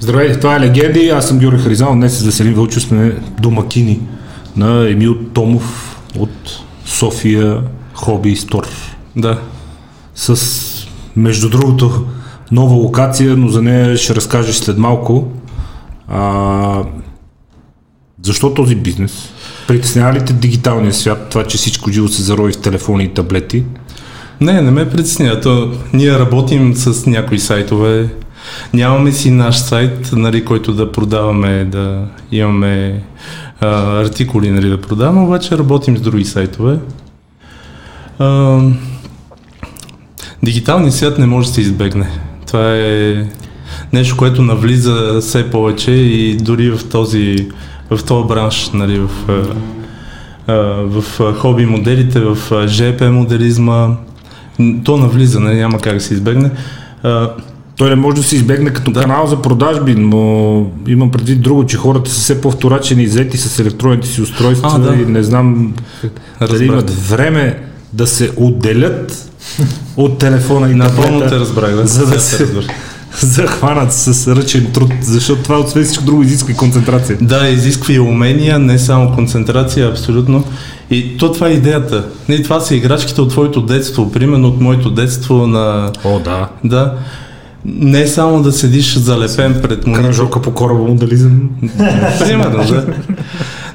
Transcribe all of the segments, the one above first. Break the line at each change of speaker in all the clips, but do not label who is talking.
Здравейте, това е Легенди. Аз съм Георги Харизан. Днес с Веселин Вълчев сме домакини на Емил Томов от София Хоби Стор.
Да.
С, между другото, нова локация, но за нея ще разкажеш след малко. А, защо този бизнес? Притеснява ли те дигиталния свят, това, че всичко живо се зарови в телефони и таблети?
Не, не ме притеснява. То, ние работим с някои сайтове. Нямаме си наш сайт, нали, който да продаваме, да имаме а, артикули нали, да продаваме, обаче работим с други сайтове. А, дигиталният свят не може да се избегне. Това е нещо, което навлиза все повече и дори в този, в този бранш, нали, в, а, в а, хоби моделите, в а, ЖП моделизма, Н- то навлиза, нали, няма как да се избегне. А,
Той не може да се избегне като да. канал за продажби, но имам предвид друго, че хората са все по-вторачени и взети с електронните си устройства
А, да.
и не знам дали
Разбрах.
имат време да се отделят от телефона и
Напълно
таблета,
те разбрах, да.
за да
Сега те
се
разбрах.
захванат с ръчен труд, защото това освен всичко друго изисква и концентрация.
Да, изисква и умения, не само концентрация, абсолютно. И то това е идеята. Не, това са играчките от твоето детство, примерно от моето детство на...
О, да.
Да. Не само да седиш залепен пред монитор.
Кранжока по кораба модализъм.
Примерно, да.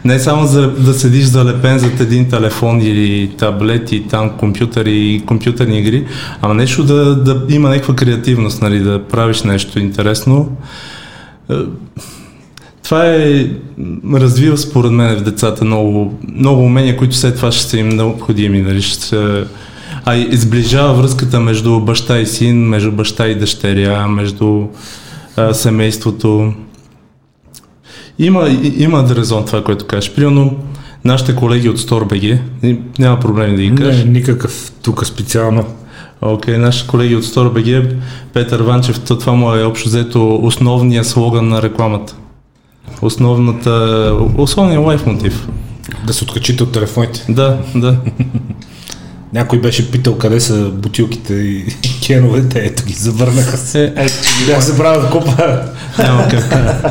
Не само за, да седиш залепен зад един телефон или таблет и там компютър и компютърни игри, ама нещо да, да има някаква креативност, нали, да правиш нещо интересно. Е, Това е, м, развива според мен в децата много, много умения, които след това ще са им необходими. Нали, ще, а и изближава връзката между баща и син, между баща и дъщеря, между а, семейството. Има, и- има резон това, което кажеш. Примерно, нашите колеги от StoreBG, и няма проблеми да ги
Не,
кажеш.
никакъв тук специално.
Окей, нашите колеги от StoreBG, Петър Ванчев, то това му е общо взето основния слоган на рекламата. Основната, основният лайф мотив.
Да се откачите от телефоните.
Да, да.
Някой беше питал къде са бутилките и кеновете, ето ги завърнаха се.
Е, е,
Бях забравил да купа.
няма как.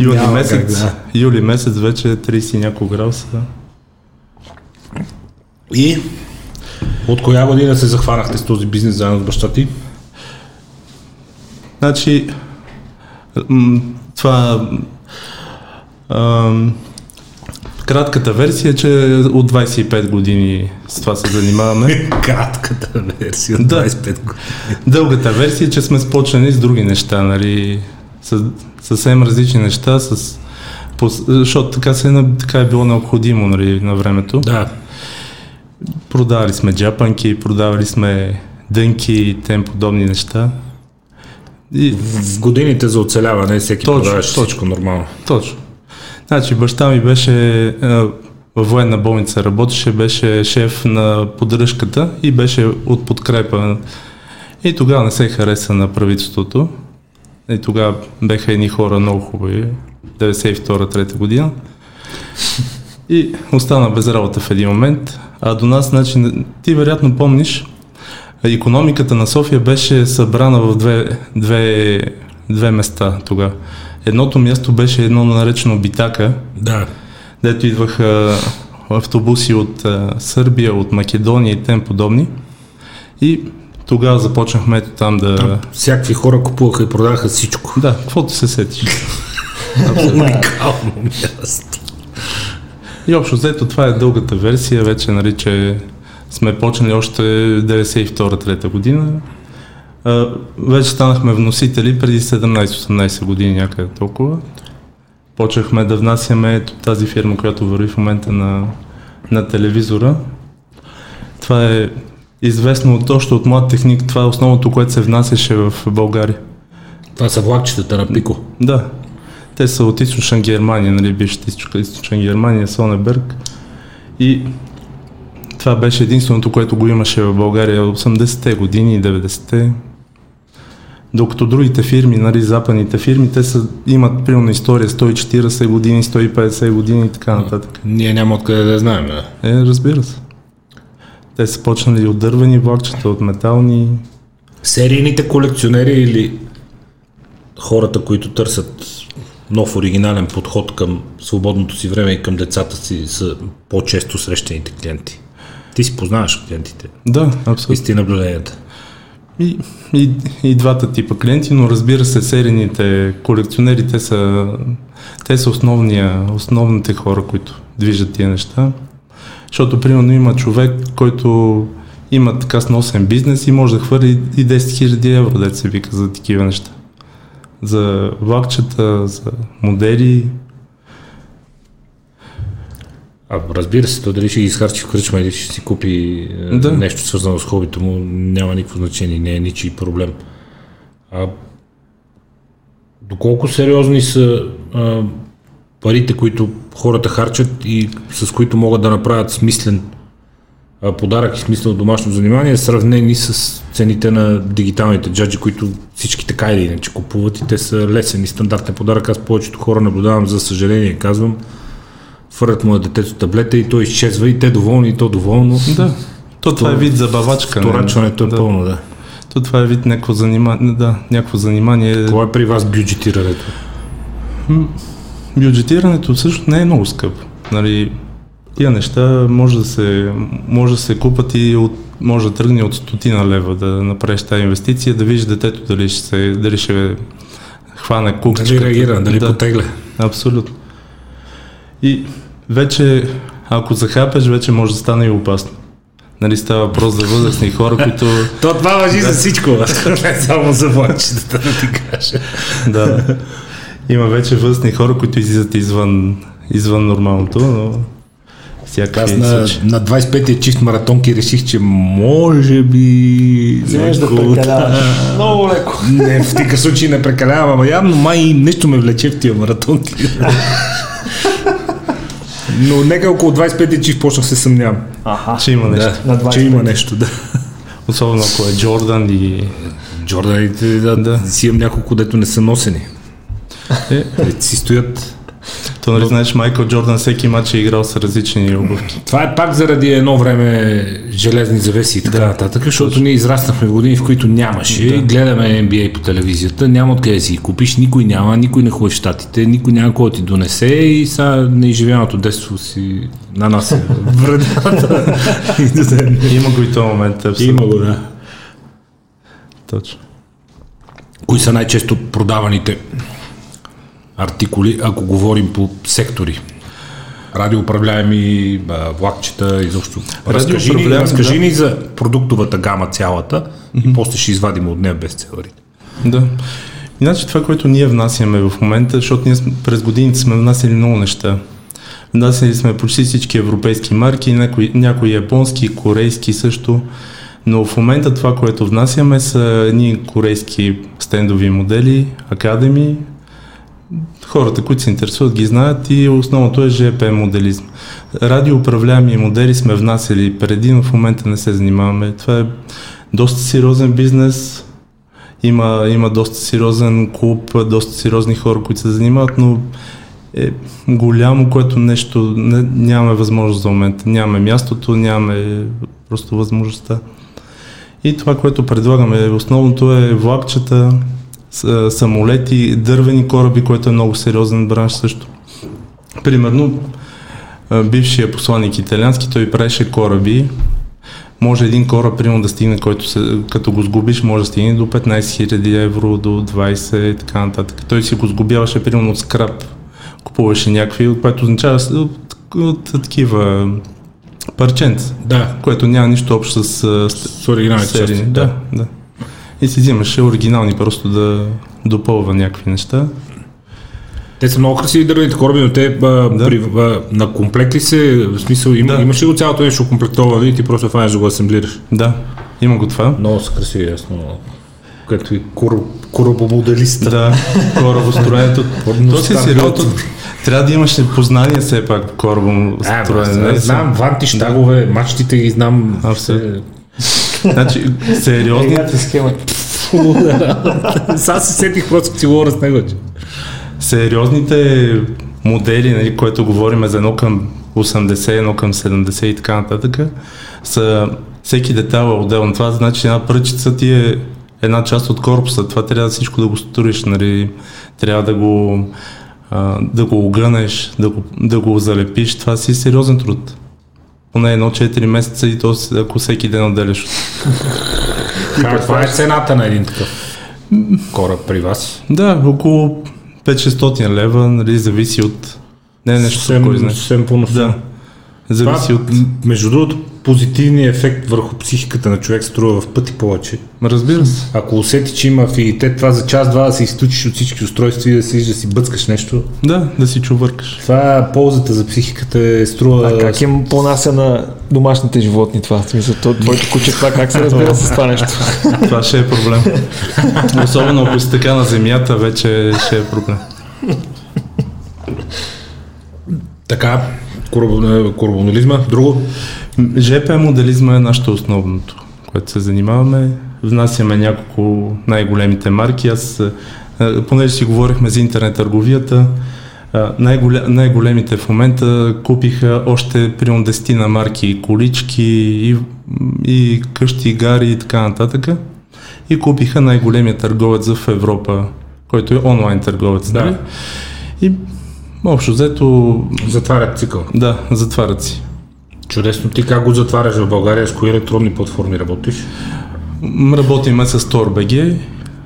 Юли,
Няма как,
месец,
да.
юли месец вече е 30 и няколко градуса. Да.
И от коя година се захванахте с този бизнес заедно с баща ти?
Значи, м, това... ам, кратката версия е, че от 25 години с това се занимаваме.
Е, Кратката версия
Да.
25 години.
Дългата версия е, че сме спочнали с други неща, нали? С, съвсем различни неща, с, по, защото така, се, е на- така е било необходимо нали, на времето.
Да.
Продавали сме джапанки, продавали сме дънки и тем подобни неща. И,
В годините за оцеляване всеки
Точно,
продаваше
точно.
всичко нормално.
Точно. Значи баща ми беше а, във военна болница, работеше, беше шеф на поддръжката и беше от подкрепа. И тогава не се хареса на правителството. И тогава беха едни хора много хубави, 92-3 година. И остана без работа в един момент. А до нас, значи, ти вероятно помниш, економиката на София беше събрана в две, две, две места тогава. Едното място беше едно наречено Битака,
Да.
дето идваха автобуси от а, Сърбия, от Македония и тем подобни. И тогава започнахме ето там да...
Всякакви хора купуваха и продаваха всичко.
Да, каквото се сетиш.
Уникално място.
И общо взето това е дългата версия, вече нали, че сме почнали още 92-3 година. А, вече станахме вносители преди 17-18 години някъде толкова. Почнахме да внасяме ето тази фирма, която върви в момента на, на телевизора. Това е известно от, още от млад техник. Това е основното, което се внасяше в България.
Това са влакчетата на Пико.
Да. Те са от източна Германия, нали, бившата източна, източна Германия, Сонеберг. И това беше единственото, което го имаше в България в 80-те години и 90-те. Докато другите фирми, нали, западните фирми, те са, имат примерно история 140 години, 150 години и така нататък.
Ние няма откъде да знаем. Да.
Е, разбира се. Те са почнали от дървени влакчета, от метални.
Серийните колекционери или хората, които търсят нов оригинален подход към свободното си време и към децата си са по-често срещаните клиенти. Ти си познаваш клиентите.
Да, абсолютно.
И си наблюденията.
И, и, и двата типа клиенти, но разбира се, серийните колекционери, те са, те са основния, основните хора, които движат тия неща. Защото, примерно, има човек, който има така сносен бизнес и може да хвърли и 10 000 евро, да се вика за такива неща. За влакчета, за модели.
А разбира се, то дали ще ги изхарчи в кръчма или ще си купи да.
Да.
нещо свързано с хобито му, няма никакво значение, не е ничий проблем. А, доколко сериозни са а, парите, които хората харчат и с които могат да направят смислен а, подарък и смислено домашно занимание, е сравнени с цените на дигиталните джаджи, които всички така или иначе купуват и те са лесен и стандартен подарък. Аз повечето хора наблюдавам, за съжаление казвам, фърлят му на детето таблета и той изчезва и те доволни и то доволно.
Да. То това е вид забавачка. не?
Торачването е
да.
пълно, да.
То това е вид някакво занимание. Да, някакво занимание.
Кое е при вас бюджетирането?
Бюджетирането всъщност не е много скъпо. Нали, тия неща може да се, може да се купат и от, може да тръгне от стотина лева да направиш тази инвестиция, да видиш детето дали ще, се, дали ще хване кукчета.
Дали реагира, дали потегля?
Абсолютно. И вече, ако захапеш, вече може да стане и опасно. Нали става въпрос за възрастни хора, които...
То това въжи за всичко, не само за младчетата, да ти кажа.
Да. Има вече възрастни хора, които излизат извън, извън нормалното, но... Всякакви
Аз на,
случаи.
на 25-я чист маратонки реших, че може би...
Вземеш да
леко-
прекаляваш. Много леко.
Не, в такъв случай не прекалявам, ама явно май нещо ме влече в тия маратонки. Но нека около 25-ти чиф почнах се съмнявам.
Аха.
Ще има нещо.
На
че
25-ти.
има нещо, да.
Особено ако е Джордан и...
Джорданите, да, да.
Да.
си имам няколко, дето не са носени.
Е,
Те си стоят.
то нали знаеш, Майкъл Джордан всеки матч е играл с различни обувки.
Това е пак заради едно време железни завеси и така да. нататък, защото ние израснахме в години, в които нямаше. Да. Гледаме NBA по телевизията, няма откъде да си ги купиш, никой няма, никой не ходи в щатите, никой няма кой да ти донесе и сега неизживяното детство си на нас е вредата. И до ден.
Има го и този момент, абсолютно.
Има го, да.
Точно.
Кои са най-често продаваните артикули, ако говорим по сектори? Радиоуправляеми, а, влакчета, изобщо. Разкажи, ни,
Радиоуправляеми,
разкажи
да.
ни за продуктовата гама цялата и после ще извадим от нея бестселерите.
Да. Иначе това, което ние внасяме в момента, защото ние сме- през годините сме внасяли много неща. Внасяли сме почти всички европейски марки, някои, някои японски, корейски също. Но в момента това, което внасяме са едни корейски стендови модели, академи. Хората, които се интересуват, ги знаят и основното е ЖП моделизъм. Радиоуправляеми модели сме внасяли преди, но в момента не се занимаваме. Това е доста сериозен бизнес, има, има доста сериозен клуб, доста сериозни хора, които се занимават, но е голямо, което нещо не, нямаме възможност за момента. Нямаме мястото, нямаме просто възможността. И това, което предлагаме, основното е влакчета, с- а, самолети, дървени кораби, което е много сериозен бранш също. Примерно, а, бившия посланник италиански, той правеше кораби. Може един кораб, примерно, да стигне, който се, като го сгубиш, може да стигне до 15 000 евро, до 20 и така нататък. Той си го сгубяваше, примерно, от скрап. Купуваше някакви, което означава с- от, от, от такива парченца,
Да,
което няма нищо общо с, а, с
с оригиналните
серии.
части.
Да, да. И си взимаше оригинални, просто да допълва някакви неща.
Те са много красиви дървените кораби, но те а, да.
Да.
при, а, на комплект ли се, в смисъл, им, да.
Да.
имаш ли го цялото нещо комплектовано нали, и ти просто фанеш да го асемблираш?
Да, има го това.
Много са красиви, ясно. Като и кораб, корабомоделиста.
Да, корабостроенето.
Порно
То си
стар
сериозно.
готин.
Трябва да имаш познание все пак по
А, бе, аз не
корабостроене.
знам, ванти, щагове, мачтите ги знам.
Абсолютно. Значи, сериозни,
Играте схема.
Е, Сега се сетих просто си говоря с него. че.
сериозните модели, нали, което говорим за едно към 80, едно към 70 и така нататък, са всеки детайл е отделно. Това значи една пръчица ти е една част от корпуса. Това трябва всичко да го сториш, нали? Трябва да го, а, да го огънеш, да го, да го залепиш. Това си е сериозен труд. Поне едно 4 месеца и то с- ако всеки ден отделяш.
Каква е цената на един такъв кораб при вас?
Да, около 5-600 лева, нали? Зависи от... Не е нещо, кой знае.
съвсем по-носно.
Да. Зависи
Това,
от...
м, Между другото, позитивният ефект върху психиката на човек струва в пъти повече.
Разбира се.
Ако усети, че има афинитет, това за час-два да се изключиш от всички устройства и да си, да си бъцкаш нещо,
Да, да си чувъркаш.
това ползата за психиката е струва...
А как им понася на домашните животни това? В смисъл, то, твоето куче това как се разбира с това нещо?
Това ще е проблем. Особено ако си така на земята, вече ще е проблем.
Така, корабо- корабонолизма, друго.
ЖП моделизма е нашето основното, което се занимаваме. Внасяме няколко най-големите марки. Аз, а, понеже си говорихме за интернет търговията, а, най-голе- най-големите в момента купиха още примерно 10 на марки и колички, и, и къщи, и гари и така нататък. И купиха най-големия търговец в Европа, който е онлайн търговец.
Да.
нали? И общо взето,
Затварят цикъл.
да, затварят си.
Чудесно. Ти как го затваряш в България? С кои електронни платформи работиш?
М, Работиме с TorBG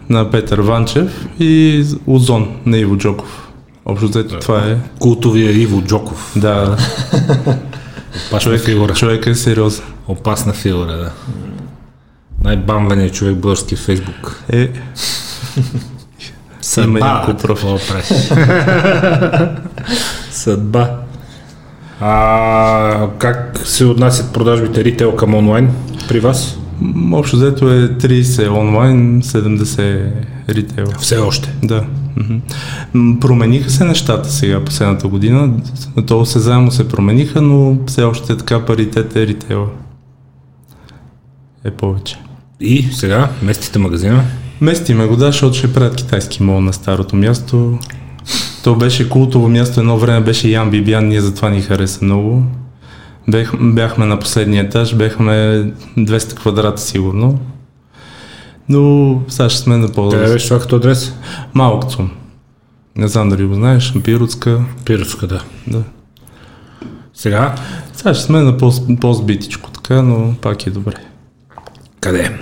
на Петър Ванчев и Озон на Иво Джоков. Общо взето това е.
Култовия Иво Джоков.
Да,
Опасна фигура.
човек е сериозен.
Опасна фигура, да. Най-бамвеният човек в българския фейсбук.
Е, Има няколко
профила. Съдба. А, как се отнасят продажбите ритейл към онлайн при вас?
м, общо взето е 30 онлайн, 70 ритейл.
Все още.
Да. мгм. М, Промениха се нещата сега последната година. То се заедно се промениха, но все още така паритет е ритейла. Е повече.
И сега местите магазина.
Местиме го, да, защото ще правят китайски мол на старото място. То беше култово място, едно време беше Ян Бибян, ние затова ни хареса много. Бех, бяхме на последния етаж, бяхме 200 квадрата сигурно. Но сега ще сме на
Къде
по-добре.
беше това като адрес?
Малък цум. Не знам дали го знаеш, Пиротска,
Пиротска, да.
да.
Сега,
Сега ще сме на по- по-збитичко така, но пак е добре.
къде?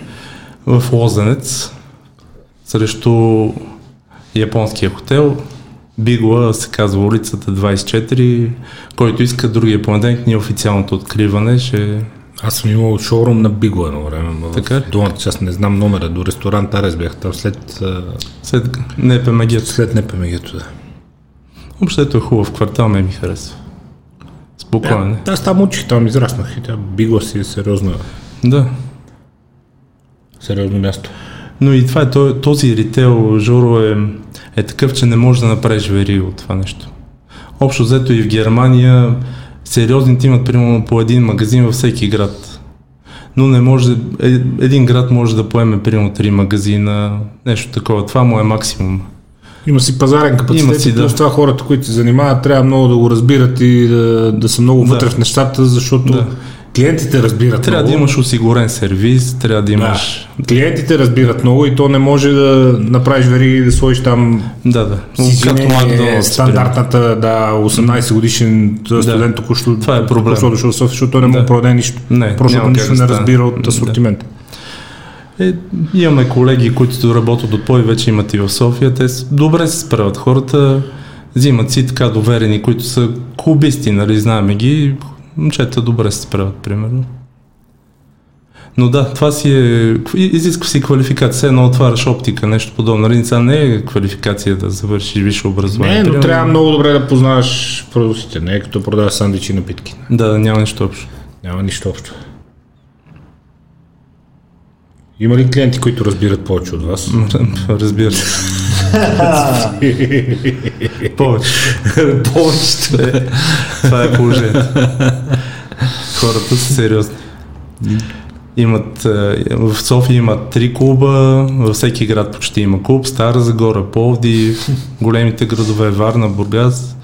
в Лозенец срещу японския хотел. Бигла се казва улицата 24. Който иска другия понеделник, ние официалното откриване ще...
Аз съм имал шоурум на Бигло едно време. ама в
Така ли?
Долната част не знам номера. До ресторант Арес бях там след, а,
След не пмг
след НПМГ-то. Да.
Общото е хубав квартал, ме ми харесва. Спокоен е.
Аз там учих, там израснах и тя Бигло си е сериозна,
Да.
сериозно място.
Но и това е, то- този ритейл, Жоро, е, е такъв, че не може да направиш вери от това нещо. Общо взето и в Германия сериозните имат примерно по един магазин във всеки град. Но не може, е, един град може да поеме примерно три магазина, нещо такова. Това му е максимум.
Има си пазарен капацитет.
Има си,
и плюс
да.
това хората, които се занимават, трябва много да го разбират и да, да са много вътре в нещата, защото
Да.
клиентите разбират
Трябва да
много.
имаш осигурен сервис, трябва да имаш...
Клиентите разбират много и то не може да направиш вериги и да сложиш там
Да, да. Като
е,
Макдоналдс,
стандартната, да, 18 годишен студент току-що
Това е проблем.
току-що дошъл в София, защото той не може да
Да.
продаде нищо.
Не,
Просто
няма как
нищо
да
не
стане.
разбира от
Да.
асортимента.
Е, имаме колеги, които работят от Пой, вече имат и в София. Те с- добре се справят хората, взимат си така доверени, които са клубисти, нали, знаеме ги. Момчета добре се справят, примерно. Но да, това си е... и- Изисква си квалификация, все едно отваряш оптика, нещо подобно. Нали, сега не е квалификация да завършиш висше образование.
Не, но
примерно.
трябва много добре да познаваш продуктите. Не е като продаваш сандвичи и напитки.
Да, да, няма нищо общо.
Няма нищо общо. Има ли клиенти, които разбират повече от вас?
Разбира се. Повече.
Повечето.
Е, Това е положението. Хората са сериозни. Имат, е, в София има три клуба, във всеки град почти има клуб, Стара Загора, Пловдив, големите градове Варна, Бургас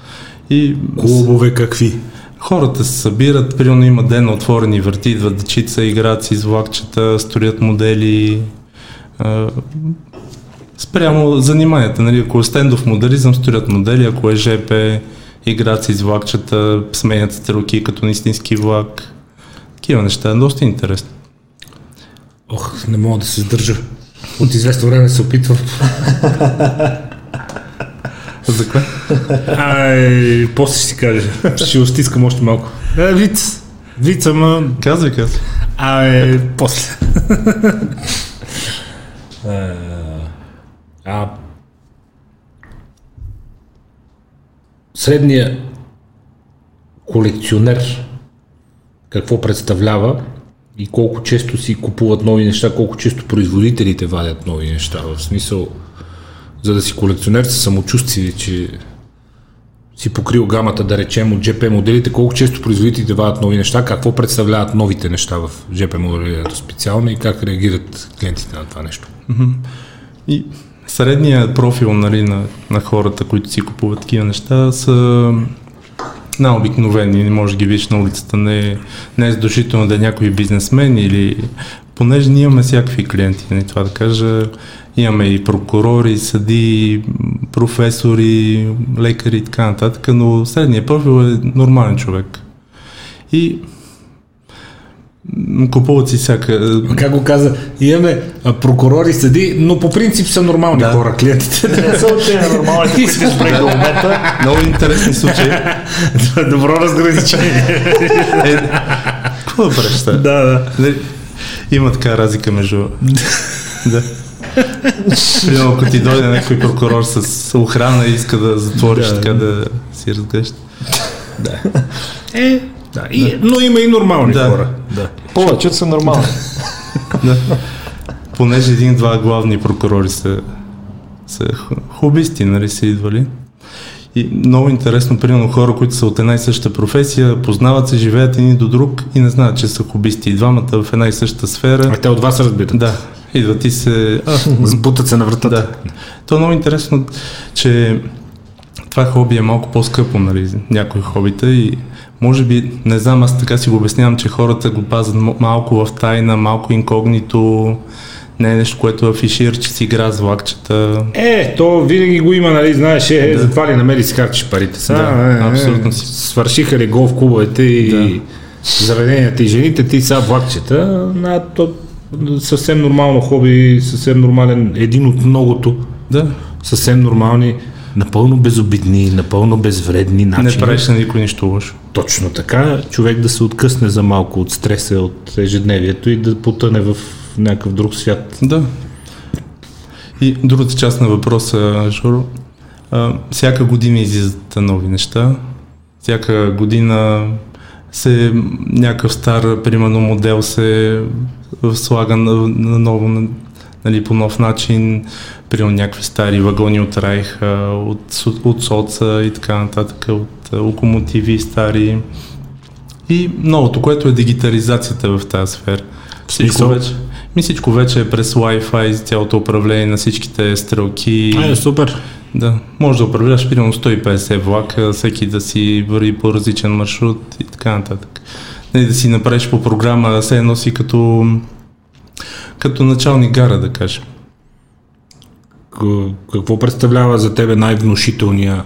и
Клубове какви?
хората се събират, примерно има ден на отворени врати, идват дечица, играят си с влакчета, строят модели, а, спрямо заниманията. Нали? Ако е стендов моделизъм, строят модели, ако е ЖП, играят си с влакчета, сменят стрелки като на истински влак. Такива неща. Доста интересно.
Ох, не мога да се сдържа. От известно време се опитвам.
За кое?
Ай, после ще си кажа. Ще остискам още малко. Е, виц. Виц, ама...
Казвай, казвай.
Ай, после. а, Е, а... Средния колекционер какво представлява и колко често си купуват нови неща, колко често производителите вадят нови неща. В смисъл, за да си колекционер със самочувствие, че си покрил гамата, да речем, от GP моделите, колко често производителите вадят нови неща, какво представляват новите неща в GP моделирането специално и как реагират клиентите на това нещо.
И средният профил нали, на, на хората, които си купуват такива неща, са на обикновени, не може да ги видиш на улицата, не, не е задушително да е някой бизнесмен или понеже ние имаме всякакви клиенти, не това да кажа, имаме и прокурори, съди, професори, лекари и така нататък, но средният профил е нормален човек. И м, купуват си всяка... е,
Как го каза, имаме а, прокурори, съди, но по принцип са нормални да. хора клиентите.
Не са от тези нормалните, които сте спрели до момента.
Много интересни случаи.
Добро разграничение.
Е, какво да правиш сега?
да, да.
Нали, Има така разлика между... да. Примерно, ако ти дойде някой прокурор с охрана и иска да затвориш
Да.
така да си разглежда.
Е, да, и, но има и нормални
Да.
хора. Да.
Повечето са нормални.
Да. Понеже един-два главни прокурори са, са ху- хубисти, нали са идвали. И много интересно, примерно хора, които са от една и съща професия, познават се, живеят един до друг и не знаят, че са хубисти. И двамата в една и съща
А
сфера.
те от вас разбират.
Да, идват и се... А,
Сбутат се на вратата.
Да. То е много интересно, че това хоби е малко по-скъпо, нали, за някои хобита и може би, не знам, аз така си го обяснявам, че хората го пазят м- малко в тайна, малко инкогнито, не е нещо, което афишира, че си игра с влакчета.
Е, то винаги го има, нали, знаеш, е, да. затова ли намери си харчиш парите са?
Да,
е, е,
абсолютно си.
Свършиха ли гол в клубовете и да. зараненията и жените, ти са влакчета, на то съвсем нормално хоби, съвсем нормален, един от многото,
Да,
съвсем нормални, напълно безобидни, напълно безвредни
не
начини.
правиш на никой нищо лошо.
Точно така, човек да се откъсне за малко от стреса, от ежедневието и да потъне в някакъв друг свят.
Да. И другата част на въпроса, Жоро. А, всяка година излизат нови неща. Всяка година се някакъв стар, примерно, модел се слага на, на ново, на- нали, по нов начин. Примерно някакви стари вагони от Райха, от, Су- от Соца и така нататък, от а, локомотиви стари. И новото, което е дигитализацията в тази сфера. Всичко е
смисъл?
вече, ми всичко вече е през Wi-Fi, цялото управление на всичките стрелки.
Е, супер.
Да, може да управляваш примерно 150 влака, всеки да си върви по различен маршрут и така нататък. Не да си направиш по програма, се едно си като, като началник гара, да кажем.
К- какво представлява за тебе най-внушителния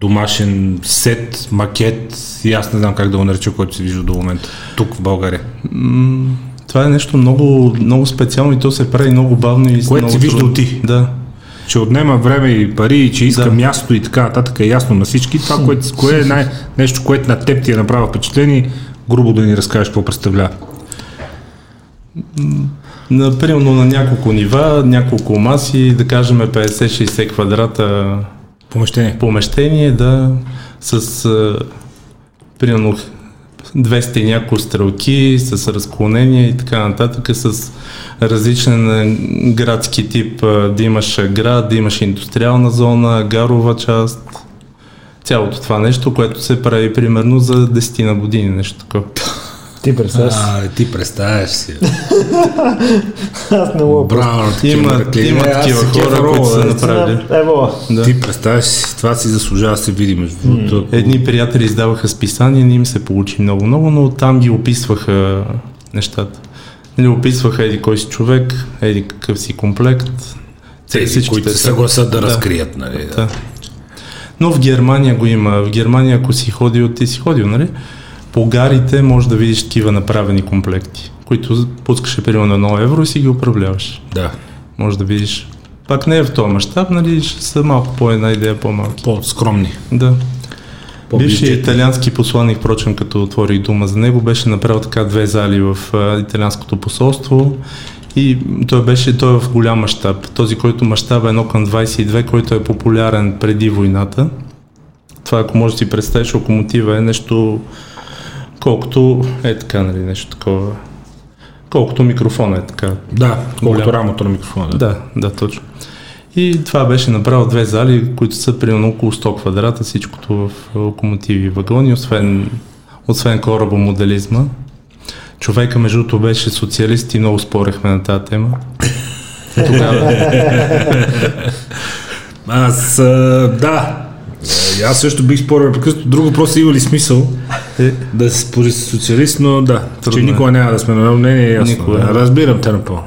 домашен сет, макет и аз не знам как да го нареча, който се вижда до момента тук в България.
Това е нещо много, много специално и то се прави много бавно и
Което
много
си виждал
трудно.
ти.
Да,
Че отнема време и пари, и че иска да.
Да.
място и така нататък е ясно на всички. Това, което, кое е най- нещо, което на теб ти е направило впечатление, грубо да ни разкажеш какво представлява.
На, примерно на няколко нива, няколко маси, да кажем 50-60 квадрата
Помещение.
помещение, да, с а, примерно 200 и няколко стрелки, с разклонения и така нататък, с различен а, градски тип, а, да имаш а, град, да имаш индустриална зона, гарова част, цялото това нещо, което се прави примерно за 10 на години, нещо такова.
Ти представяш. си.
ти представяш си.
Аз не мога.
Браво,
Има, има
аз
такива
се
хора,
кефа,
които са
наистина,
направили.
Е,
Ево,
Да.
Ти представяш си, това си заслужава да се види между другото.
Едни приятели издаваха списания, не им се получи много-много, но там ги описваха нещата. Нали, описваха еди кой си човек, еди какъв си комплект.
Тези,
Всичките
които се
са-
съгласат да,
Да.
разкрият, нали? Да.
Да. Но в Германия го има. В Германия, ако си ходил, ти си ходил, нали? По гарите може да видиш такива направени комплекти, които пускаше примерно на 1 евро и си ги управляваш.
да.
Може да видиш. Пак не е в този мащаб, нали? Ще са малко по една идея по-малки.
По-скромни.
Да. Бившият
По-бюджетни.
италиански посланник, впрочем, като отворих дума за него, беше направил така две зали в а, италианското посолство и той беше той е в голям мащаб. Този, който мащаб е 1 към 22, който е популярен преди войната. Това, ако можеш да си представиш, локомотива е нещо колкото е така, нали, нещо такова. Колкото микрофона е така,
Да, колкото
Голям.
рамото на микрофона. Да.
да, да, точно. И това беше направил две зали, които са примерно около 100 квадрата, всичкото в локомотиви и вагони, освен, освен корабомоделизма. Човека, между другото, беше социалист и много спорехме на тази тема. Тогава,
Аз, а, да. Е, Аз също бих спорил прекъснато. Друг въпрос е има ли смисъл
е,
да се спори с социалист, но да, Трудно че
Трудно е.
никога няма да сме на едно мнение, е ясно.
Никога.
Да. Разбирам те напълно.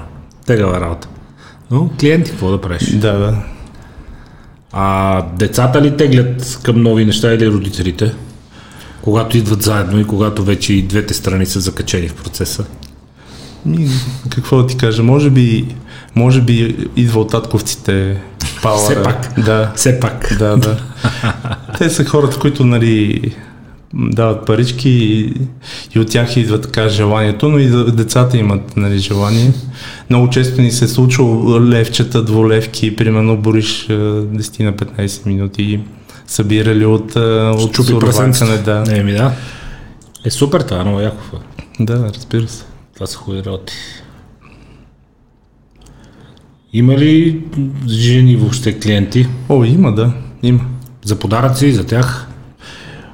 Тегава работа. Но клиенти, какво да правиш?
да, да.
А децата ли теглят към нови неща или родителите? Когато идват заедно и когато вече и двете страни са закачени в процеса.
Ми, Какво да ти кажа, може би, може би идва от татковците пауъра.
Все пак.
Да.
Все пак.
Да, да. Те са хората, които, нали, м, дават парички и, и от тях идва така желанието, но и да- децата имат, нали, желание. Много често ни се е случило левчета, дволевки, примерно бориш е, 10 на 15 минути събирали от, е, от
Чупи
сурвакане,
прасенцата.
да. Не.
Еми да. Е супер това, много яко. бе.
Да, разбира се.
Това са хубави работи. Има ли жени въобще клиенти?
О, има, да, има.
За подаръци, за тях?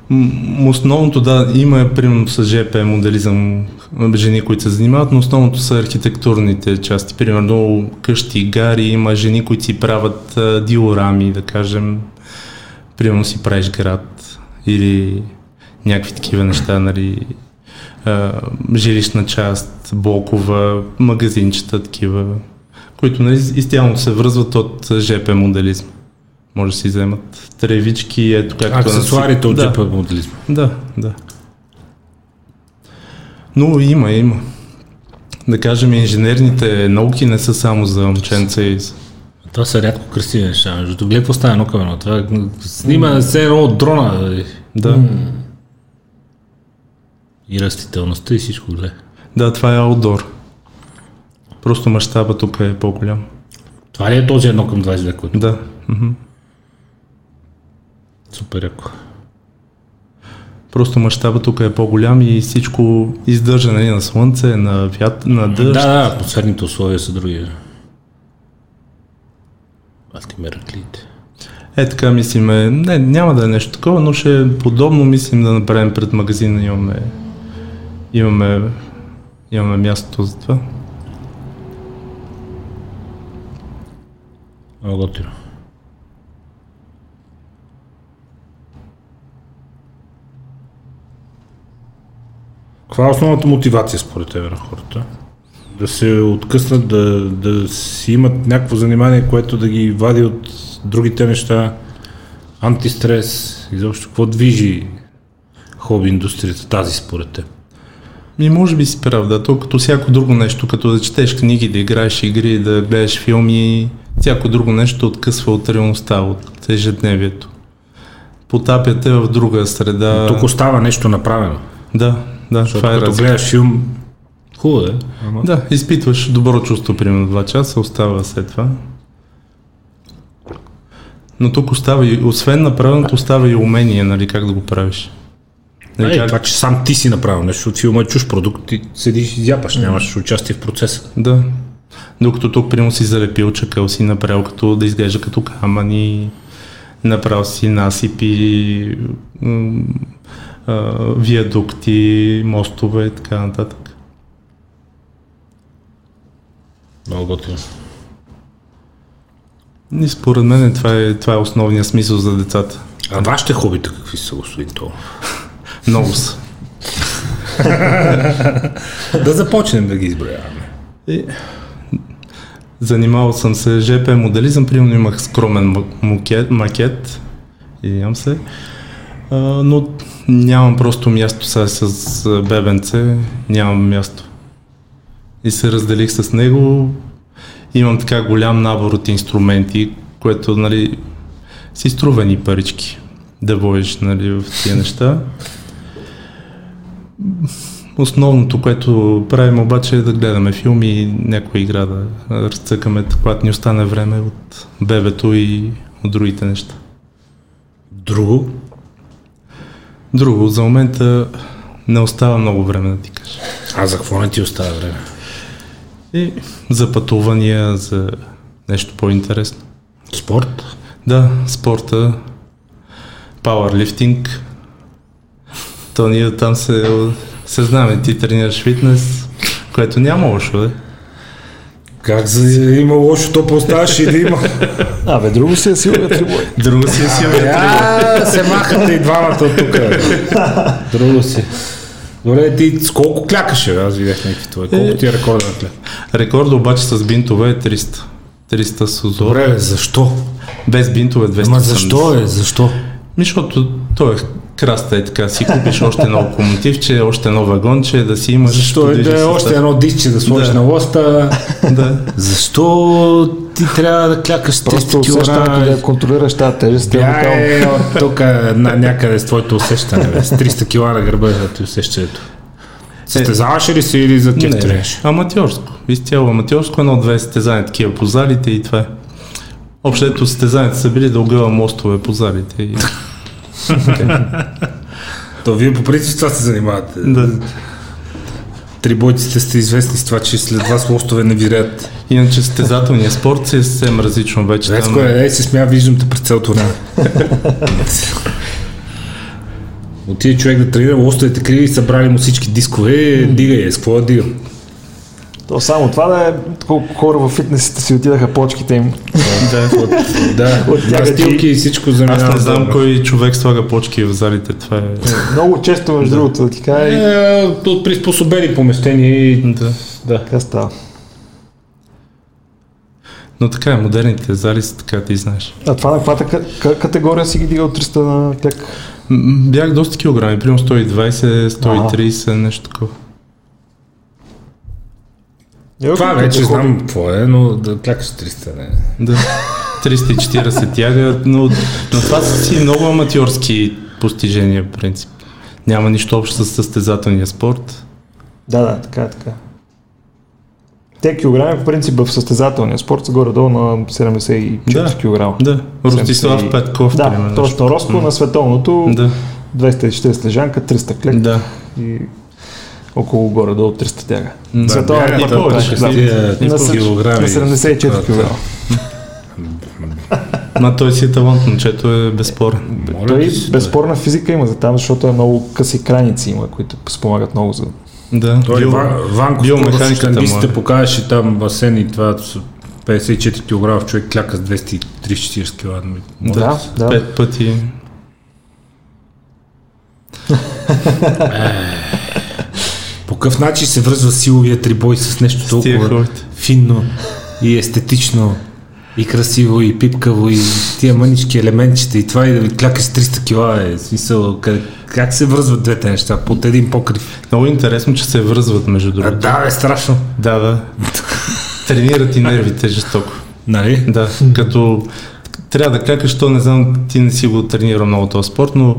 М, Основното, да, има примерно с ЖП моделизъм м, жени, които се занимават, но основното са архитектурните части. Примерно къщи, гари, има жени, които си правят а, диорами, да кажем. Примерно си правиш град или някакви такива неща, нали, а, жилищна част, блокова, магазинчета, такива, които нали, изцяло се връзват от ЖП моделизма. Може да си вземат тревички, ето както... на си-
Аксесуарите от
Да.
джипа моделизма.
Да, да. Но има, има. Да кажем, инженерните науки не са само за момченца и... за-
Това са рядко красиви неща. Между другото, гледай какво става едно към едно. Това снима се едно от дрона. бе.
Да.
И растителността и всичко, гледай.
Да, това е аутдор. Просто мащаба тук е по-голям.
Това ли е този едно към 22, който?
Да. Мгм.
Супер яко.
Просто мащаба тук е по-голям и всичко издържа нали, на слънце, на вятър, на
Да,
дъжд.
да, атмосферните условия са други. Аз ти мераклиите.
Е, така мислиме. Не, няма да е нещо такова, но ще е подобно мислим да направим пред магазина. Имаме, имаме, имаме място за това.
Много готино. Каква е основната мотивация според тебе на хората? Да се откъснат, да, да си имат някакво занимание, което да ги вади от другите неща, антистрес, изобщо какво движи хоби индустрията, тази според теб?
Ми, може би си прав, да. То като всяко друго нещо, като да четеш книги, да играеш игри, да гледаш филми, всяко друго нещо откъсва от реалността, от ежедневието. Потапят те в друга среда.
Тук остава нещо направено.
Да, да,
Защото
това е
като
разлика.
гледаш филм, хубаво е, ама
Да, изпитваш добро чувство, примерно два часа, остава след това. Но тук остава и, освен направеното, остава и умение, нали, как да го правиш. Нали,
Е,
как-
това, че сам ти си направил нещо от филма е чуж продукт, ти седиш и зяпаш, нямаш участие в процеса.
Да. Докато тук прямо си залепил чакъл си, направил като да изглежда като камън и направил си насипи, м, а, виадукти, мостове и така нататък.
Много готино.
И според мен това е, това е основният смисъл за децата.
А вашите хобита какви са, господин Толов?
Много са.
да започнем да ги изброяваме.
И... Занимавал съм се с ЖП моделизъм, примерно имах скромен ма- макет, макет извинявам се, а, но нямам просто място сега с а, бебенце, нямам място. И се разделих с него, имам така голям набор от инструменти, което нали, си струва ни парички да водиш нали, в тия неща. Основното, което правим обаче е да гледаме филми и някоя игра да разцъкаме, когато ни остане време от бебето и от другите неща.
Друго,
Друго, за момента не остава много време да ти кажа.
а за какво не ти остава време?
И за пътувания, за нещо по-интересно.
Спорт?
Да, спорта, пауърлифтинг. То ние там се, се знаме, ти тренираш фитнес, което няма лошо, да?
Как за да има лошо, то поставяш и да има.
Абе, друго си е силовия трибой.
Друго си е си
Я, се махате и двамата от тук. Друго си. Добре, ти с колко клякаше? бе? Аз видях някакви твои. Колко ти е рекорда на кляк?
Рекорда обаче с бинтове е 300. 300 с узор.
Добре, бе, защо?
Без бинтове 200.
Ма защо е? Защо?
Защото той е краста е така, си купиш още едно локомотивче, е още едно вагонче, да си имаш.
Защо е
подвижна
да е
състав.
още едно дисче да сложиш
Да.
на лоста?
Да.
Защо ти трябва да клякаш с 300
Просто усещането да я контролираш тази тежест. Тя
Тя
е
е от тук на някъде с твоето усещане. Бе. С 300 кг на гърба да ти усещането. Състезаваше ли си или за кеф
Не, е.
тренираш?
аматьорско. Изцяло аматьорско, едно-две състезания такива по залите и това е. Общо ето състезанията са били да огъвам мостове по залите. И...
То вие по принцип с това се занимавате.
да.
Трибойците сте известни с това, че след вас лостове не вирят.
Иначе състезателният спорт си е съвсем различно вече.
Веско е, ей се смя, виждам те през цялото време. Отиде човек да тренира, лостовете криви, събрали му всички дискове, дига е, с какво да дига?
То само това да е колко хора в фитнесите си отидаха почките им.
да.
Да,
От тяга
настилки и всичко заминава.
Аз не
добре.
знам кой човек слага почки в залите. Това е.
Много често, между другото, да ти кажа, и
Е, От приспособени помещения и
Да.
да.
така става.
Но така е, модерните зали са така, ти знаеш.
А това на каквата ка- ка- категория си ги дигал 300 на тях?
М, м, Бях доста килограми, примерно 120, 130, нещо такова.
Това вече знам какво е, но да клякаш 300 не.
Да. 340 тяга, но, но това са си много аматьорски постижения, в принцип. Няма нищо общо с състезателния спорт.
Да, да, така, е, така. Те килограми по принцип в състезателния спорт са горе-долу на 74
Да.
килограма.
Да. Ростислав
70
Петков,
Да,
примерно.
точно. Роско на световното
Да,
240 лежанка, 300 клек
да.
и около горе-долу 300 тяга.
М,
Световен
бяга и
рекорд,
повече,
да.
с
тия
На съ-
килограми.
на 74 килограма.
Ма той си е талант, момчето е безспорен.
Моля
Той
ти се,
безспорна физика има за там, защото е много къси краници има, които спомагат много за...
Да.
Той е
Бил-
Ван- Ванков
биомеханиката
биомеханиката
му е.
покажеше там басен и това с 54 кг човек кляка с 230-40 кг. Моля
Да, да.
Пет пъти.
По какъв начин се връзва силовия трибой с нещо
тия
толкова
хората.
финно и естетично и красиво и пипкаво и тия мънички елементчета и това и да ви кляка с 300 кила е в смисъл как, как се връзват двете неща под един покрив.
Много интересно, че се връзват, между
А,
другото.
да, е страшно.
Да, да. Тренират и нервите жестоко.
Нали?
Да, като трябва да клякаш, то не знам, ти не си го тренирал много този спорт, но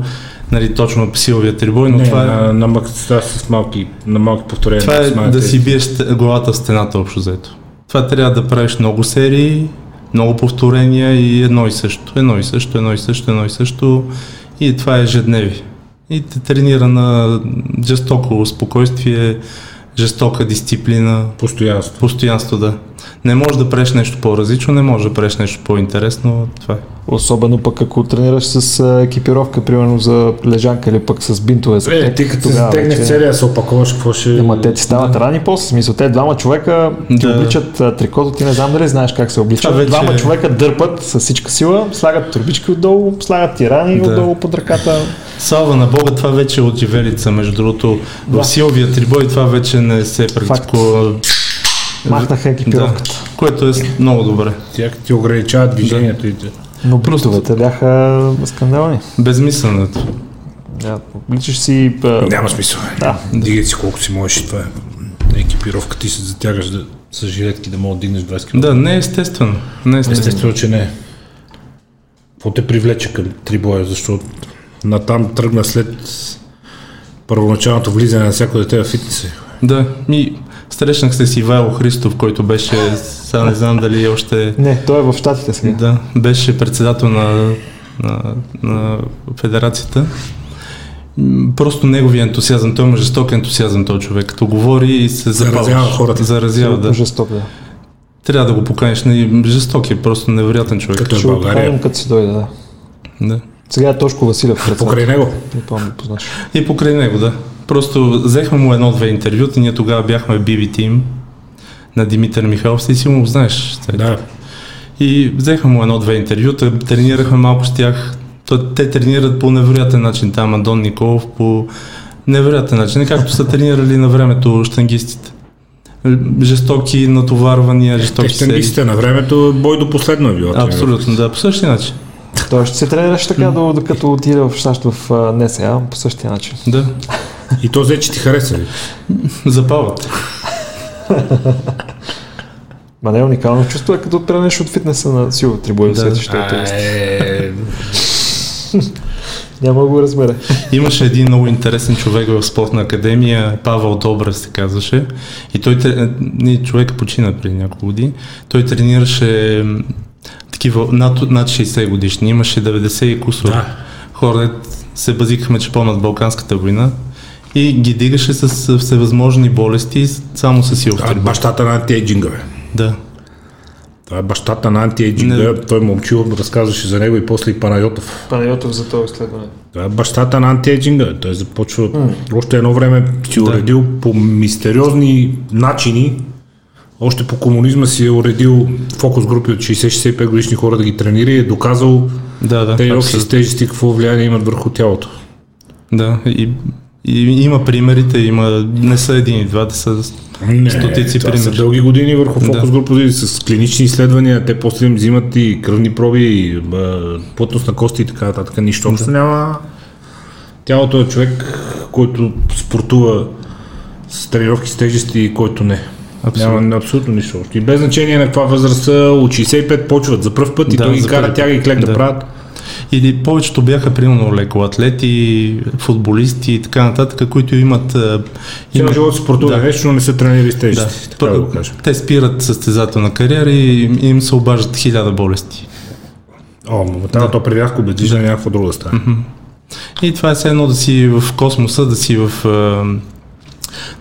нали, точно силовия трибой, но
Не,
това, е,
на, на максита с малки, на малки повторения.
това е
с малки.
да си биеш ст- главата в стената общо заето. Това трябва да правиш много серии, много повторения и едно и също, едно и също, едно и също, едно и също и това е ежедневие. И те тренира на жестоко спокойствие, жестока дисциплина,
постоянство.
постоянство да. Не можеш да правиш нещо по-различно, не можеш да правиш нещо по-интересно, това е.
Особено пък ако тренираш с а, екипировка, примерно за лежанка или пък с бинтове. за
Е,
тек,
ти като се
тогава
затегнеш
вече-
целия се опаковаш, какво ще...
Ама те ти стават рани после, смисъл. Те двама човека ти
Да.
обличат а, трикото, ти не знам дали знаеш как се обличат.
Това вече
Двама
е.
човека дърпат с всичка сила, слагат турбички отдолу, слагат ти рани
Да.
отдолу под ръката.
Слава на Бога, това вече е от живелица, между другото.
Да.
В Силвия Трибой това вече не се практикува.
Махнаха екипировката.
Което е с- много добре.
Тях ти ограничават движението и те.
Но битовете бяха скандални.
Безмисленото.
Да, обличаш си... а,
Няма смисъл.
Да.
Дигай си колко си можеш и това е. Екипировка ти се затягаш да, с жилетки да мога да дигнеш 20 км.
Да, не е естествено. Не е естествено.
Естествено, че не. Какво те привлече към три боя? Защото натам тръгна след първоначалното влизане на всяко дете в фитнеса.
Да, ми срещнах се с Ивайло Христов, който беше, сега не знам дали още
Не, той е в Штатите сега.
Да, беше председател на, на, на федерацията. М, Просто неговия ентусиазъм, той има жесток ентусиазъм, този човек. Като говори и се запалваш.
Заразява хората.
Заразява, да.
е Жесток, да.
Трябва да го поканиш. Не, жесток е, просто невероятен човек.
Като е в
Ще го поканим
България.
като си дойде, да.
Да.
Сега е Тошко Василев председател.
Покрай него.
Не помня, да познаш.
И покрай него, да. Просто взехме му едно-две интервюта, ние тогава бяхме BB Team на Димитър Михайлов, ти си му знаеш.
Да.
И взехме му едно-две интервюта, тренирахме малко с тях. То- Те тренират по невероятен начин там, Антон Николов по невероятен начин, не както са тренирали на времето штангистите. Л- Жестоки натоварвания,
Те
жестоки серии.
штангистите на времето бой до последно е било.
Абсолютно, да, по същия начин.
Той ще се тренираш така, до- докато отиде в САЩ в а, НСА, по същия начин.
Да,
И то взе, че ти хареса.
запават.
Ма не е уникално чувство, е като пренеш от фитнеса на сила трибуя, да.
Да.
усетиш, че е тежест.
Е,
Няма да го разбере.
Имаше един много интересен човек в спортна академия, Павел Добрев се казваше. И той, тре- не, човек почина преди няколко години. Той тренираше м, такива над, над 60 годишни. Имаше 90 и кусор.
Да.
Хора дет се базикахме, че помнят Балканската война. И ги дигаше с всевъзможни болести, само с сил. в
това е
трибуна.
бащата на антиейджинга, бе.
Да. Това
Това е бащата на антиейджинга. Той момчил разказваше за него и после и Панайотов.
Панайотов за това изследване.
Това е бащата на антиеджинга. Той започва още едно време си уредил по мистериозни начини. Още по комунизма си е уредил фокус групи от 60-65 годишни хора да ги тренира и е доказал
Да, да.
те
абсолютно.
общи с тежести какво влияние имат върху тялото.
Да. И, и, има примерите, има, не са един и два, те са
Не,
Стотици
Е, това са
примери.
дълги години върху фокус
Да.
групи с клинични изследвания. Те после им взимат и кръвни проби, и а, плътност на кости и така нататък. Нищо общо няма. Тялото е човек, който спортува с тренировки с тежести и който не. Абсолютно. Няма абсолютно нищо общо. И без значение на каква възраст са, от 65 почват за пръв път и
Да,
той ги
за първи
кара
път.
тя ги клек да,
Да.
правят.
Или повечето бяха, примерно, лекоатлети, футболисти и така нататък, които имат... а,
Цял
имат-
живот спортува
да,
нещо, но не се тренира с
да.
тежести. е Така да го кажа.
Те спират състезателна кариера и им- им се обаждат хиляда болести.
О, моменталното да. прирязко обедвижда да. някаква друга стая.
И това е все едно да си в космоса, да си в... а,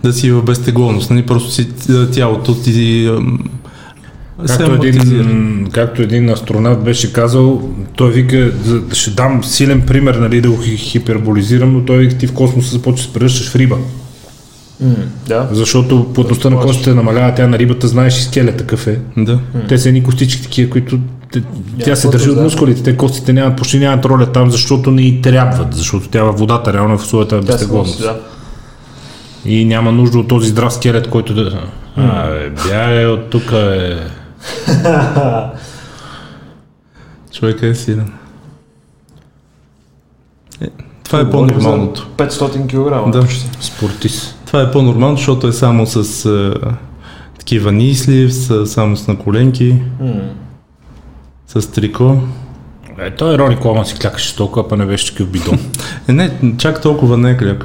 Да си в безтегловност, нали? Просто си а, тялото ти... ам, се
Както
амортизира.
един, както един астронавт беше казал, той вика, за- ще дам силен пример, нали, да го хи- хиперболизирам, но той вика, ти в космоса започваш да се превръщаш в риба.
Да.
Защото плътността на костите намалява, тя на рибата, знаеш и скелет такъв е.
Да.
Те са едни костички такива, които те, тя се
плътност,
държи от
да.
мускулите, те костите нямат, почти нямат роля там, защото не и трябват, защото тя във водата, реално е в условията на безтегловност. И няма нужда от този здрав скелет, който да... А, бе, бя е от тук е...
Човек е силен. Е, Това е по-нормалното.
500 кг.
Да.
спортист.
Това е по-нормално, защото е само с а, такива нисли, с, само с наколенки, с трико.
Е, той е Рони Колман си клякаше толкова, па не беше такъв бидон.
Е, не, чак толкова не е кляк.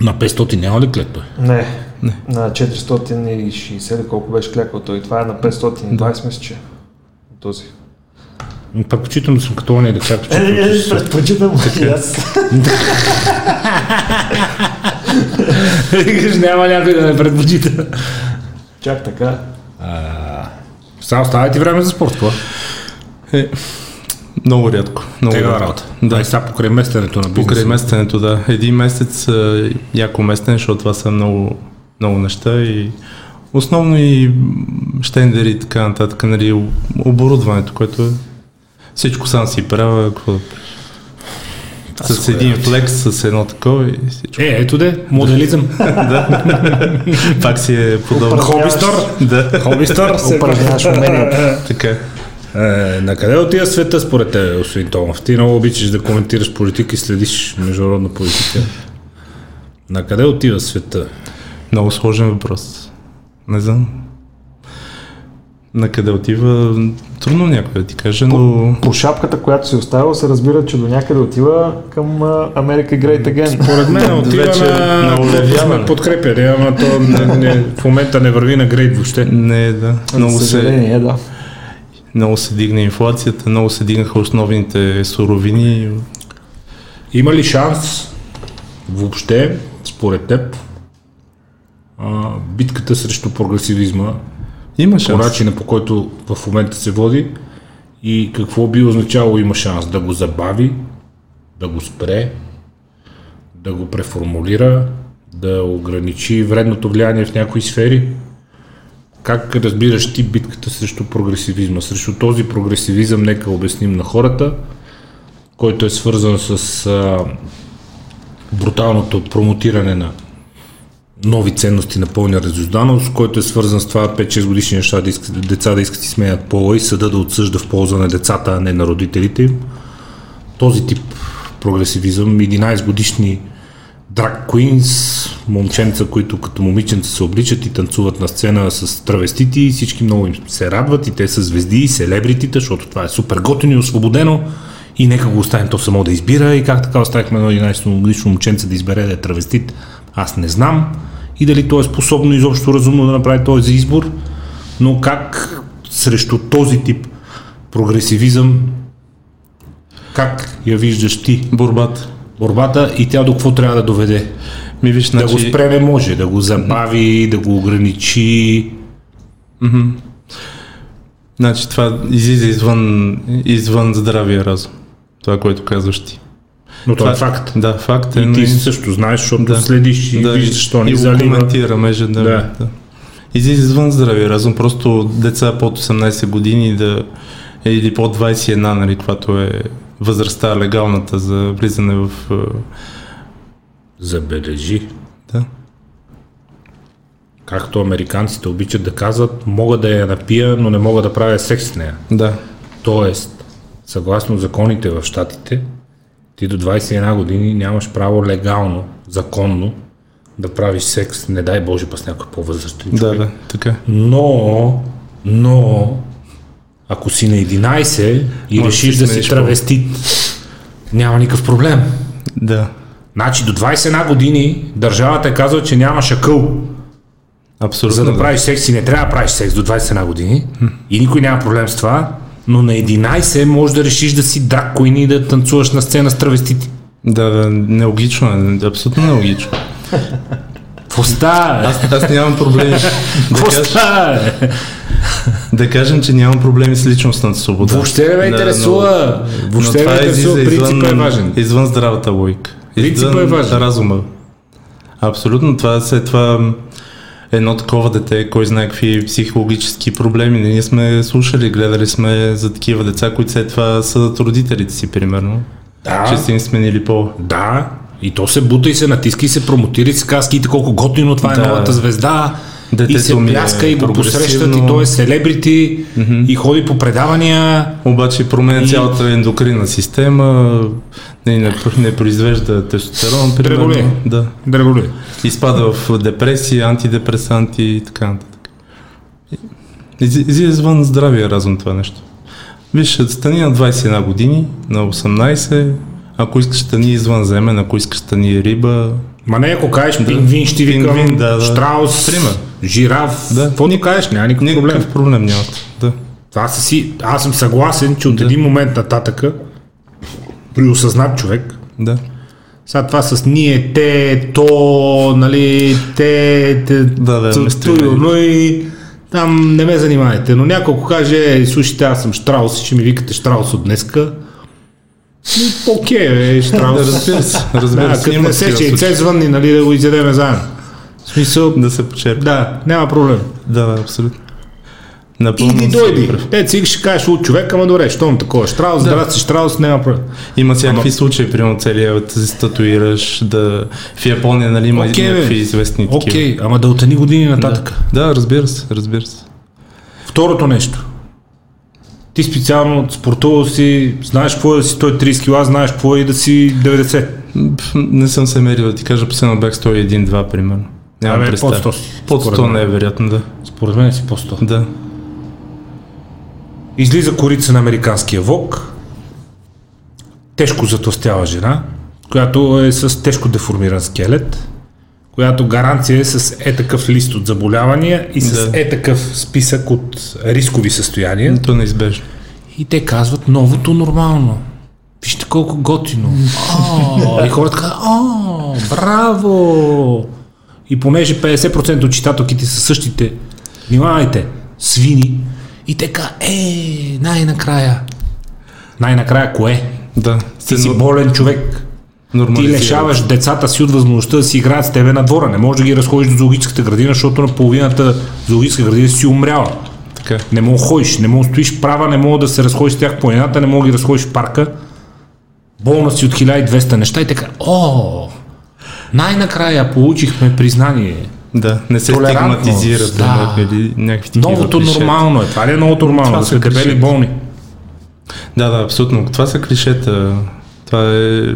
На 500 няма ли клет той?
Не. На 460 ли колко беше клякал той. Това е на 520 мисля, че. Този.
М, Ами, Предпочитам да съм като ония деца, като
Е,
чукам,
е,
че
е,
са-
предпочитам и аз.
Викаш, няма някой да не предпочита.
Чак така.
Сега остава ти време за спорт, какво?
Е, много рядко. Много
Тега
рядко.
работа. Да,
Да,
и сега покрай местенето на бизнеса.
покрай местенето, да. Един месец а, яко местен, защото това са много, много неща и основно и м, щендери и така нататък, нали, оборудването, което е Всичко сам си правя, какво да правиш. С един флекс, с едно такова и всичко.
Е, ето де, моделизъм.
Пак си е подобно.
Хоби стар.
Да,
Хоби стар.
Упражняваш умението.
така.
Е, на къде отива света според тебе, господин Томов? Ти много обичаш да коментираш политика и следиш международна политика. На къде отива света?
Много сложен въпрос. Не знам. На къде отива? Трудно някой да ти каже, но...
По шапката, която си оставил, се разбира, че до някъде отива към а, America Great Again.
Според мен отива
вече
на...
на
Вече
олевяване.
на подкрепя, ама то не, не, в момента не върви на грейд въобще.
Не, да. Много
За
се,
съжаление, да.
много се дигна инфлацията, много се дигнаха основните суровини.
Има ли шанс въобще, според теб, а, битката срещу прогресивизма
Има
по
шанс.
начина по който в момента се води и какво би означало има шанс да го забави, да го спре, да го преформулира, да ограничи вредното влияние в някои сфери. Как разбираш ти битката срещу прогресивизма? Срещу този прогресивизъм, нека обясним на хората, който е свързан с а, бруталното промотиране на нови ценности на пълния разюзданост, който е свързан с това 5-6 годишни неща да искат, деца да искат да си сменят пола и съда да отсъжда в полза на децата, а не на родителите им. Този тип прогресивизъм, 11 годишни драг куинс, момченца, които като момиченца се обличат и танцуват на сцена с травестити и всички много им се радват и те са звезди и селебритите, защото това е супер готино и освободено и нека го оставим то само да избира и как така оставихме едно 11 годишно момченце да избере да е травестит, аз не знам и дали то е способно изобщо разумно да направи този избор, но как срещу този тип прогресивизъм как я виждаш ти
Борбата.
борбата и тя до какво трябва да доведе?
Ми виж,
Да
значи,
го спре не може, да го забави, да го ограничи.
значи това излиза извън, извън здравия разум. Това, което казваш ти.
Но това е факт.
Да, факт е.
И ти
но-
също знаеш, защото
Да.
следиш и
да,
виждаш, що
и
ни
го
залива.
коментираме ежедневно.
Да.
Да. да. Излиза извън здравия разум, просто деца под 18 години да, или под 21, нали, каквато е възрастта легалната за влизане в... е,
Забележи.
Да.
Както американците обичат да казват, мога да я напия, но не мога да правя секс с нея.
Да.
Тоест, съгласно законите в щатите, ти до 21 години нямаш право легално, законно да правиш секс, не дай Боже, па с някой по-възрастен
Да,
човек.
да, така.
Но, но, ако си на 11 и
Може
решиш
да
да
си
си
смениш
травестит, няма никакъв проблем.
Да.
Значи до 21 години държавата е казва, че нямаш акъл.
Абсолютно.
За да
да.
правиш секс и не трябва да правиш секс до 21 години. И никой няма проблем с това. Но на 11 можеш да решиш да си драг куин и да танцуваш на сцена с травестити.
Да, да, нелогично е, абсолютно нелогично.
Какво става? бе?
Аз, аз нямам проблеми. да,
Какво
кажа,
става? бе?
да кажем, че нямам проблеми с личностната свобода.
Въобще не ме
Да,
интересува.
но-
Въобще
но
не
това
ме интересува.
излиза
Принципът е важен.
Извън здравата логика.
Принципът
извън
е важен.
разума. Абсолютно. Това след това м, едно такова дете, кой знае какви психологически проблеми. Ние сме слушали, гледали сме за такива деца, които след това съдат родителите си, примерно.
Да.
Че са им сменили пола.
Да, и то се бута и се натиска и се промотира и се казва, ските колко готино, това е
Да.
новата звезда. и
Детето
се
ми е
пляска и го посрещат и
прогресивно.
той е селебрити и ходи по предавания.
Обаче променя
И-
цялата ендокринна система, не, не, не произвежда тестостерон,
Дреболе.
примерно. Да.
Драголи.
Изпада в депресия, антидепресанти и така нататък. Из- Излиза извън здравия разум това нещо. Виж, стани на 21 години, на 18, ако искаш стани извън земен, ако искаш стани риба,
Ма не, ако кажеш пингвин, ще викам,
Пингвин, да, да.
штраус,
Пример.
жираф,
Да.
каквото кажеш, няма никакъв
никакъв
проблем.
проблем, проблем няма. Да.
Това са си, аз съм съгласен, че от един момент нататъка, при осъзнат човек,
да.
сега това с ние, те, то, нали, те, те,
Да, да,
ц-
ме стреляй.
туй, но и там не ме занимавайте. Но няколко каже, «Е, слушайте, аз съм Штраус, ще ми викате Штраус от днеска. И, Окей, бе,
да.
Штраус.
Разбира се, разбира
Да,
се.
като
има
не се
такива
че и
случаи.
це звънни, нали, да го изядеме заедно. В смисъл,
Да се почерпи.
да, няма проблем.
Да, да, абсолютно.
И
Напълно
ни
съм
дойди.
прав.
Е, цик ще кажеш от човека, ама добре, щом такова. Штраус, да. здрасти, Штраус, няма проблем.
Има всякакви случаи, примерно целият да се татуираш, да... В Япония, нали, има
Окей,
okay,
бе.
някакви известни такива.
Окей, ама да отени години
Да.
нататък.
да, разбира се, разбира се.
Второто нещо. Ти специално спортувал си, знаеш какво е да си 130 кг, знаеш какво е и да си 90.
Пф, Не съм се мерил да ти кажа, последно бях 101-2 примерно. Няма
Абе,
представа.
под 100 си,
Под
според
100
мен.
не е вероятно, да.
Според мен си по-100.
Да.
Излиза корица на американския вок. Тежко затластява жена, която е с тежко деформиран скелет, която гаранция е с е такъв лист от заболявания и с
Да.
е такъв списък от рискови състояния.
То е неизбежно.
И те казват новото нормално. Вижте колко готино. О, и хората казват, о, браво! И понеже 50% от читателките са същите, внимавайте, свини, и те казват, е, най-накрая. Най-накрая кое?
Да.
Ти си болен човек. Ти
нормализира.
лишаваш децата си от възможността да си играят с тебе на двора. Не можеш да ги разходиш до зоологическата градина, защото на половината зоологическа градина си умряла.
Така.
Не мога ходиш, не мога стоиш права, не мога да се разходиш с тях по едната, не мога да ги разходиш в парка. Болна си от 1200 неща и така, о, най-накрая получихме признание.
Да. Не се
Толерантност,
стигматизира,
да.
примерно, или някакви такива
Новото
клишета.
нормално е. Това ли е новото нормално?
Това
да
са
са дебели
клишета.
болни.
Да, да, абсолютно. Това са клишета. Това е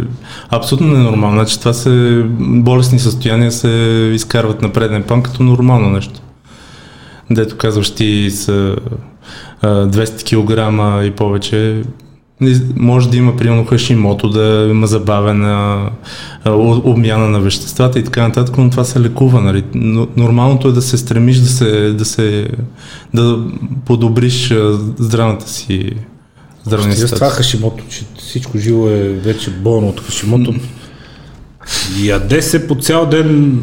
абсолютно ненормално. Значи това се болестни състояния се изкарват на преден план като нормално нещо. Дето казваш ти са а, 200 кг и повече. Не з- Може да има примерно хашимото, да има забавена а, о- обмяна на веществата и така нататък, но това се лекува. Нали? Но- Нормалното е да се стремиш да се, да се да подобриш а, здравната си здравния
За
статус.
това Хашимото, че всичко живо е вече болно от Хашимото. Яде се по цял ден,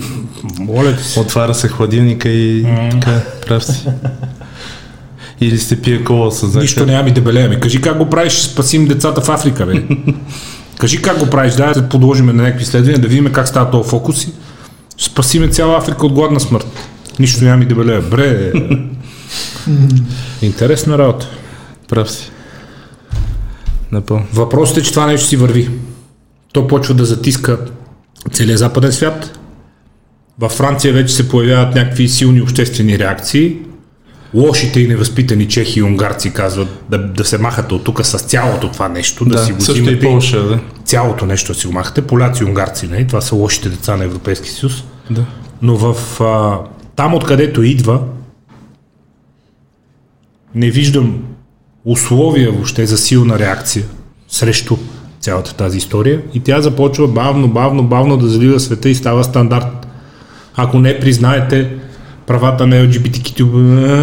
моля ти се.
Отваря се хладилника и така, прав си. Или се пие кола с зъка.
Нищо няма ми дебелея. Ми. Кажи как го правиш, ще спасим децата в Африка, бе. Кажи как го правиш, да се подложим на някакви изследвания, да видим как става този фокус и ще спасиме цяла Африка от гладна смърт. Нищо няма ми дебелея. Бре, интересна работа.
Прав си. Напълно.
Въпросът е, че това нещо си върви. То почва да затиска целия западен свят. Във Франция вече се появяват някакви силни обществени реакции. Лошите и невъзпитани чехи и унгарци казват да, да се махате от тук с цялото това нещо, да,
Да,
си го
също и
взимате
Полша, да.
цялото нещо да си го махате. Поляци и унгарци, не? това са лошите деца на Европейския съюз.
да.
Но в а, там, откъдето идва, не виждам условия въобще за силна реакция срещу цялата тази история. И тя започва бавно, бавно, бавно да залива света и става стандарт. Ако не признаете правата на LGBTQ,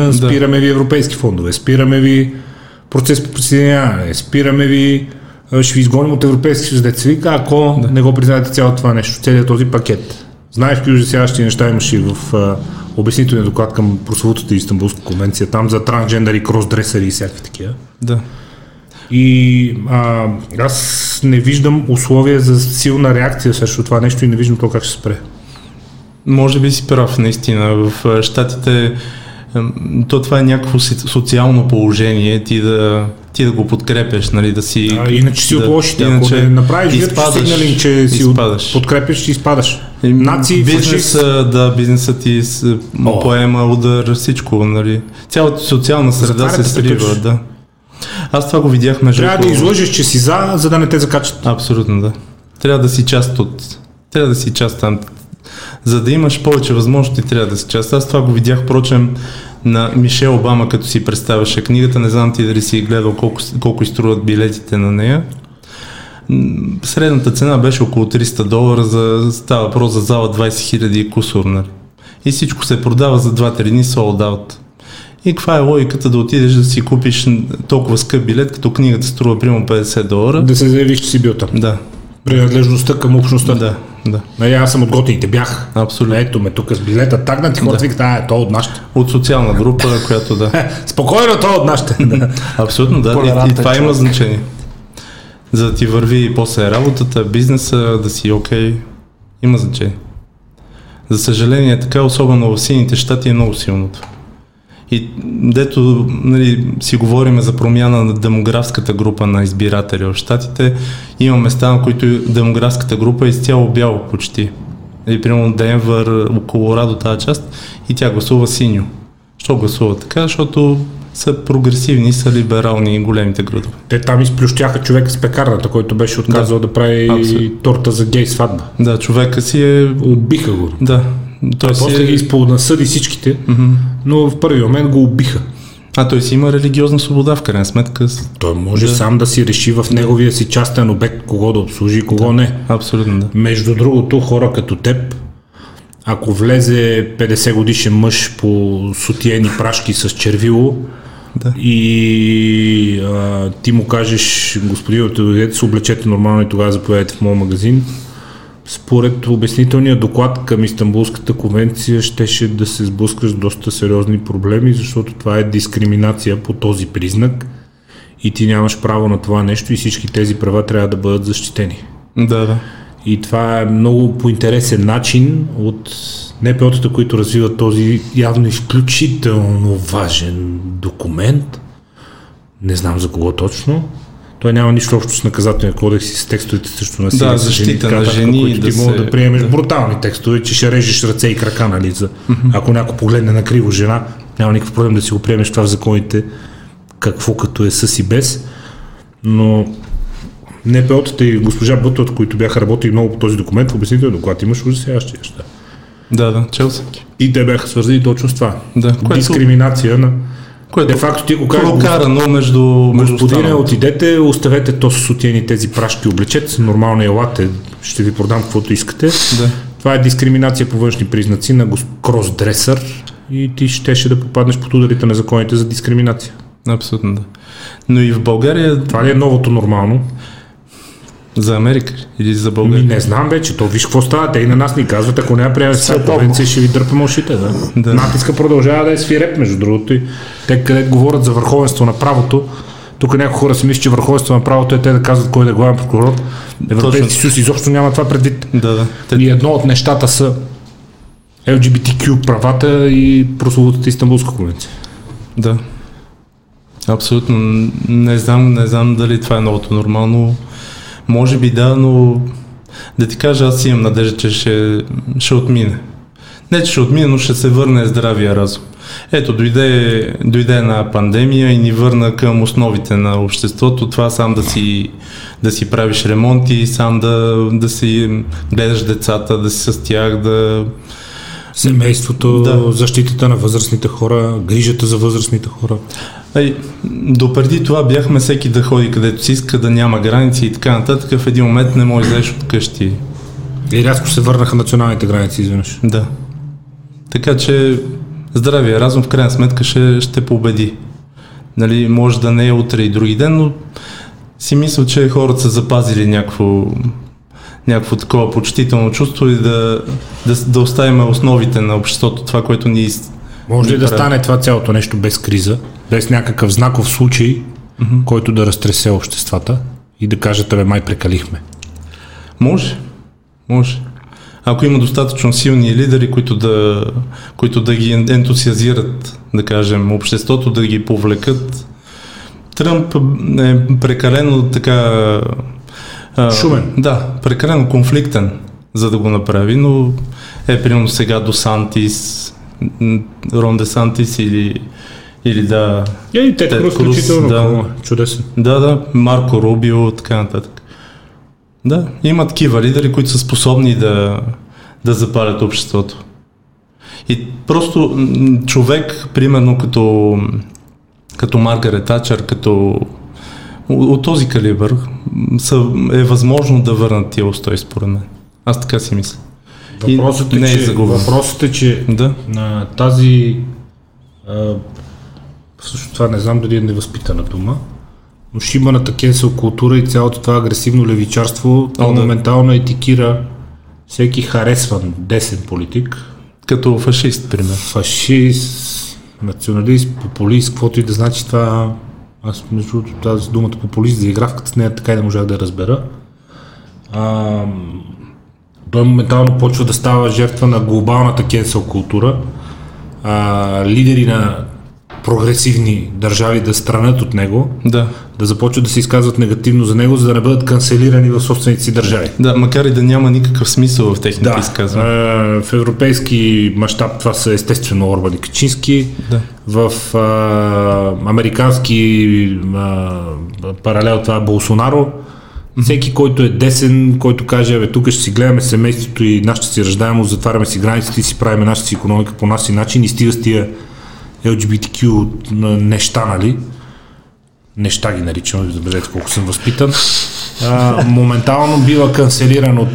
а, спираме ви европейски фондове, спираме ви процес по присъединяване, Е, спираме ви, а, ще ви изгоним от Европейски съюз, деца вика, ако да. не го признаете цялото това нещо, целият този пакет. Знаеш какви ужасяващи неща имаше и в а, обяснителния доклад към прословутата Истанбулска конвенция, там за трансджендери, кросдресери и всякакви такива.
Да.
И а, аз не виждам условия за силна реакция срещу това нещо и не виждам то как ще спре.
Може би си прав, наистина. В а, Щатите ем, то това е някакво си- социално положение, ти да, ти да го подкрепеш, нали, да си...
А, иначе си
да,
от лошите. Ако не направиш виртус сигналинг, че си
изпадаш.
от, подкрепиш, ще изпадаш.
И
Наци, фашист.
бизнеса, да, бизнесът ти с-
О.
поема удар, всичко, нали. Цялата социална среда
Затварят
се
те
срива,
тук.
да. Аз това го видях между
Трябва да
другото.
излъжеш, че си за, за да не те закачат.
Абсолютно, да. Трябва да си част от... Трябва да си част там. За да имаш повече възможности, трябва да си част. Аз това го видях, прочем, на Мишел Обама, като си представяше книгата. Не знам ти дали си гледал колко, колко изтруват билетите на нея. М, Средната цена беше около 300 долара за става въпрос за зала 20 000 и кусор, нали? И всичко се продава за 2-3 дни sold out. И каква е логиката да отидеш да си купиш толкова скъп билет, като книгата струва примерно 50 долара?
Да се заявиш, че си бил там.
Да,
Принадлежността към общността.
да, да.
Нали, аз съм от готините, бях.
Абсолютно.
Ето ме тук с билета, тагнати хората, викат, а, е, то е от нашите.
От социална група, която да.
Спокойно, то е от нашите. Да.
Абсолютно, да. И, и
Толерантен
това има
човек.
значение. За да ти върви и после работата, бизнеса, да си окей. Има значение. За съжаление, така, особено в сините щати е много силното. И дето нали, си говорим за промяна на демографската група на избиратели в Штатите, има места, на които демографската група е изцяло бяло почти. И примерно Денвър, Колорадо, тази част, и тя гласува синьо. Що гласува така? Защото са прогресивни, са либерални големите градове.
Те там изплющяха човека с пекарната, който беше отказал да, да прави абсолютно. торта за гей сватба.
Да, човека си е...
Убиха го.
Да. е-
Той а си... после ги изпълнасъди всичките, mm-hmm. но в първи момент го убиха.
А той си има религиозна свобода в крайна сметка.
Той може да. сам да си реши в неговия си частен обект кого да обслужи и кого да, не.
Абсолютно да.
Между другото, хора като теб, ако влезе 50 годишен мъж по сутиени прашки с червило да. и а, ти му кажеш, господин, да дойдете се облечете нормално и тогава заповядайте в моят магазин, според обяснителния доклад към Истанбулската конвенция щеше да се сблъскаш с доста сериозни проблеми, защото това е дискриминация по този признак и ти нямаш право на това нещо и всички тези права трябва да бъдат защитени.
Да, да.
И това е много по интересен начин от НПО-тата, които развиват този явно изключително важен документ. Не знам за кого точно. Той няма нищо общо с наказателния кодекс и с текстовете също на
Да, защита жени, на жени.
Които да ти се... могат да приемеш да. брутални текстове, че ще режеш ръце и крака на лица. Mm-hmm. Ако някой погледне на криво жена, няма никакъв проблем да си го приемеш това в законите, какво като е с и без. Но НПО-тата и госпожа Бътът, които бяха работили много по този документ, в обяснителния доклад имаш ужасяващи неща.
Да, да, Челси.
И те бяха свързани точно с това.
Да,
което... Дискриминация на...
Което
де факто ти го кажеш.
Прокарано между, между
Господине, отидете, оставете то с сутиени тези прашки, облечете се нормално е, елате, ще ви продам каквото искате.
Да.
Това е дискриминация по външни признаци на гос... кросдресър и ти щеше да попаднеш под ударите на законите за дискриминация.
Абсолютно да. Но и в България...
Това ли е новото нормално?
За Америка или за България?
Ми не знам вече, то виж какво става. Те и на нас ни казват, ако няма приемем сега конвенция, ще ви дърпаме ушите. Да? да. Натиска продължава да е свиреп, между другото. И те къде говорят за върховенство на правото, тук някои хора си мислят, че върховенство на правото е те да казват кой да е главен прокурор. Европейски съюз изобщо няма това предвид.
Да, да. Те...
И едно от нещата са LGBTQ правата и прословутата Истанбулска конвенция.
Да. Абсолютно. Не знам, не знам дали това е новото нормално. Може би да, но да ти кажа, аз имам надежда, че ще, ще отмине. Не, че ще отмине, но ще се върне здравия разум. Ето, дойде, дойде една пандемия и ни върна към основите на обществото. Това сам да си, да си правиш ремонти, сам да, да си гледаш децата, да си с тях, да,
Семейството, да. защитата на възрастните хора, грижата за възрастните хора.
Ай, допреди това бяхме всеки да ходи където си иска, да няма граници и така нататък. В един момент не можеш да от къщи.
И Е, рязко се върнаха националните граници изведнъж.
Да. Така че здравия разум в крайна сметка ще, ще победи. Нали, може да не е утре и други ден, но си мисля, че хората са запазили някакво някакво такова почтително чувство и да, да, да оставим основите на обществото, това, което ни.
Може ли да прави. стане това цялото нещо без криза, без някакъв знаков случай, mm-hmm. който да разтресе обществата и да кажат, бе, май прекалихме?
Може. Може. Ако има достатъчно силни лидери, които да, които да ги ентусиазират, да кажем, обществото, да ги повлекат. Тръмп е прекалено така
Шумен.
А, да, прекалено конфликтен, за да го направи, но е примерно сега до Сантис, Рон де Сантис или, или да...
Е, и Тед Круз, включително, да, чудесен.
Да, да, Марко Рубио, така нататък. Да, има такива лидери, които са способни да, да запалят обществото. И просто човек, примерно като, като Маргарет Тачър, като от този калибър са, е възможно да върнат тия устой, според мен. Аз така си мисля.
Въпросът е,
не
че, е загубен. въпросът е, че
да?
на тази а, всъщност това не знам дали е невъзпитана дума, но ще има на кенсел култура и цялото това агресивно левичарство, то да. моментално етикира всеки харесван десен политик.
Като фашист, пример.
Фашист, националист, популист, каквото и да значи това аз между другото тази думата популист заигравката с нея така и не можах да я разбера. А, той моментално почва да става жертва на глобалната кенсел култура. А, лидери на прогресивни държави да странят от него,
Да.
да започват да се изказват негативно за него, за да не бъдат канцелирани в собствените си държави.
Да, макар и да няма никакъв смисъл в техните
Да,
изказвания.
е, в европейски мащаб това са естествено Орбан и Качински.
Да.
В а, американски а, паралел това е Болсонаро. Всеки, който е десен, който каже, бе, тук ще си гледаме семейството и нашата си ръждаемост, затваряме си границите и си правиме нашата си економика по нашия начин и стига с тия LGBTQ неща, нали? Неща ги наричам, забележете колко съм възпитан. А, моментално бива канцелиран от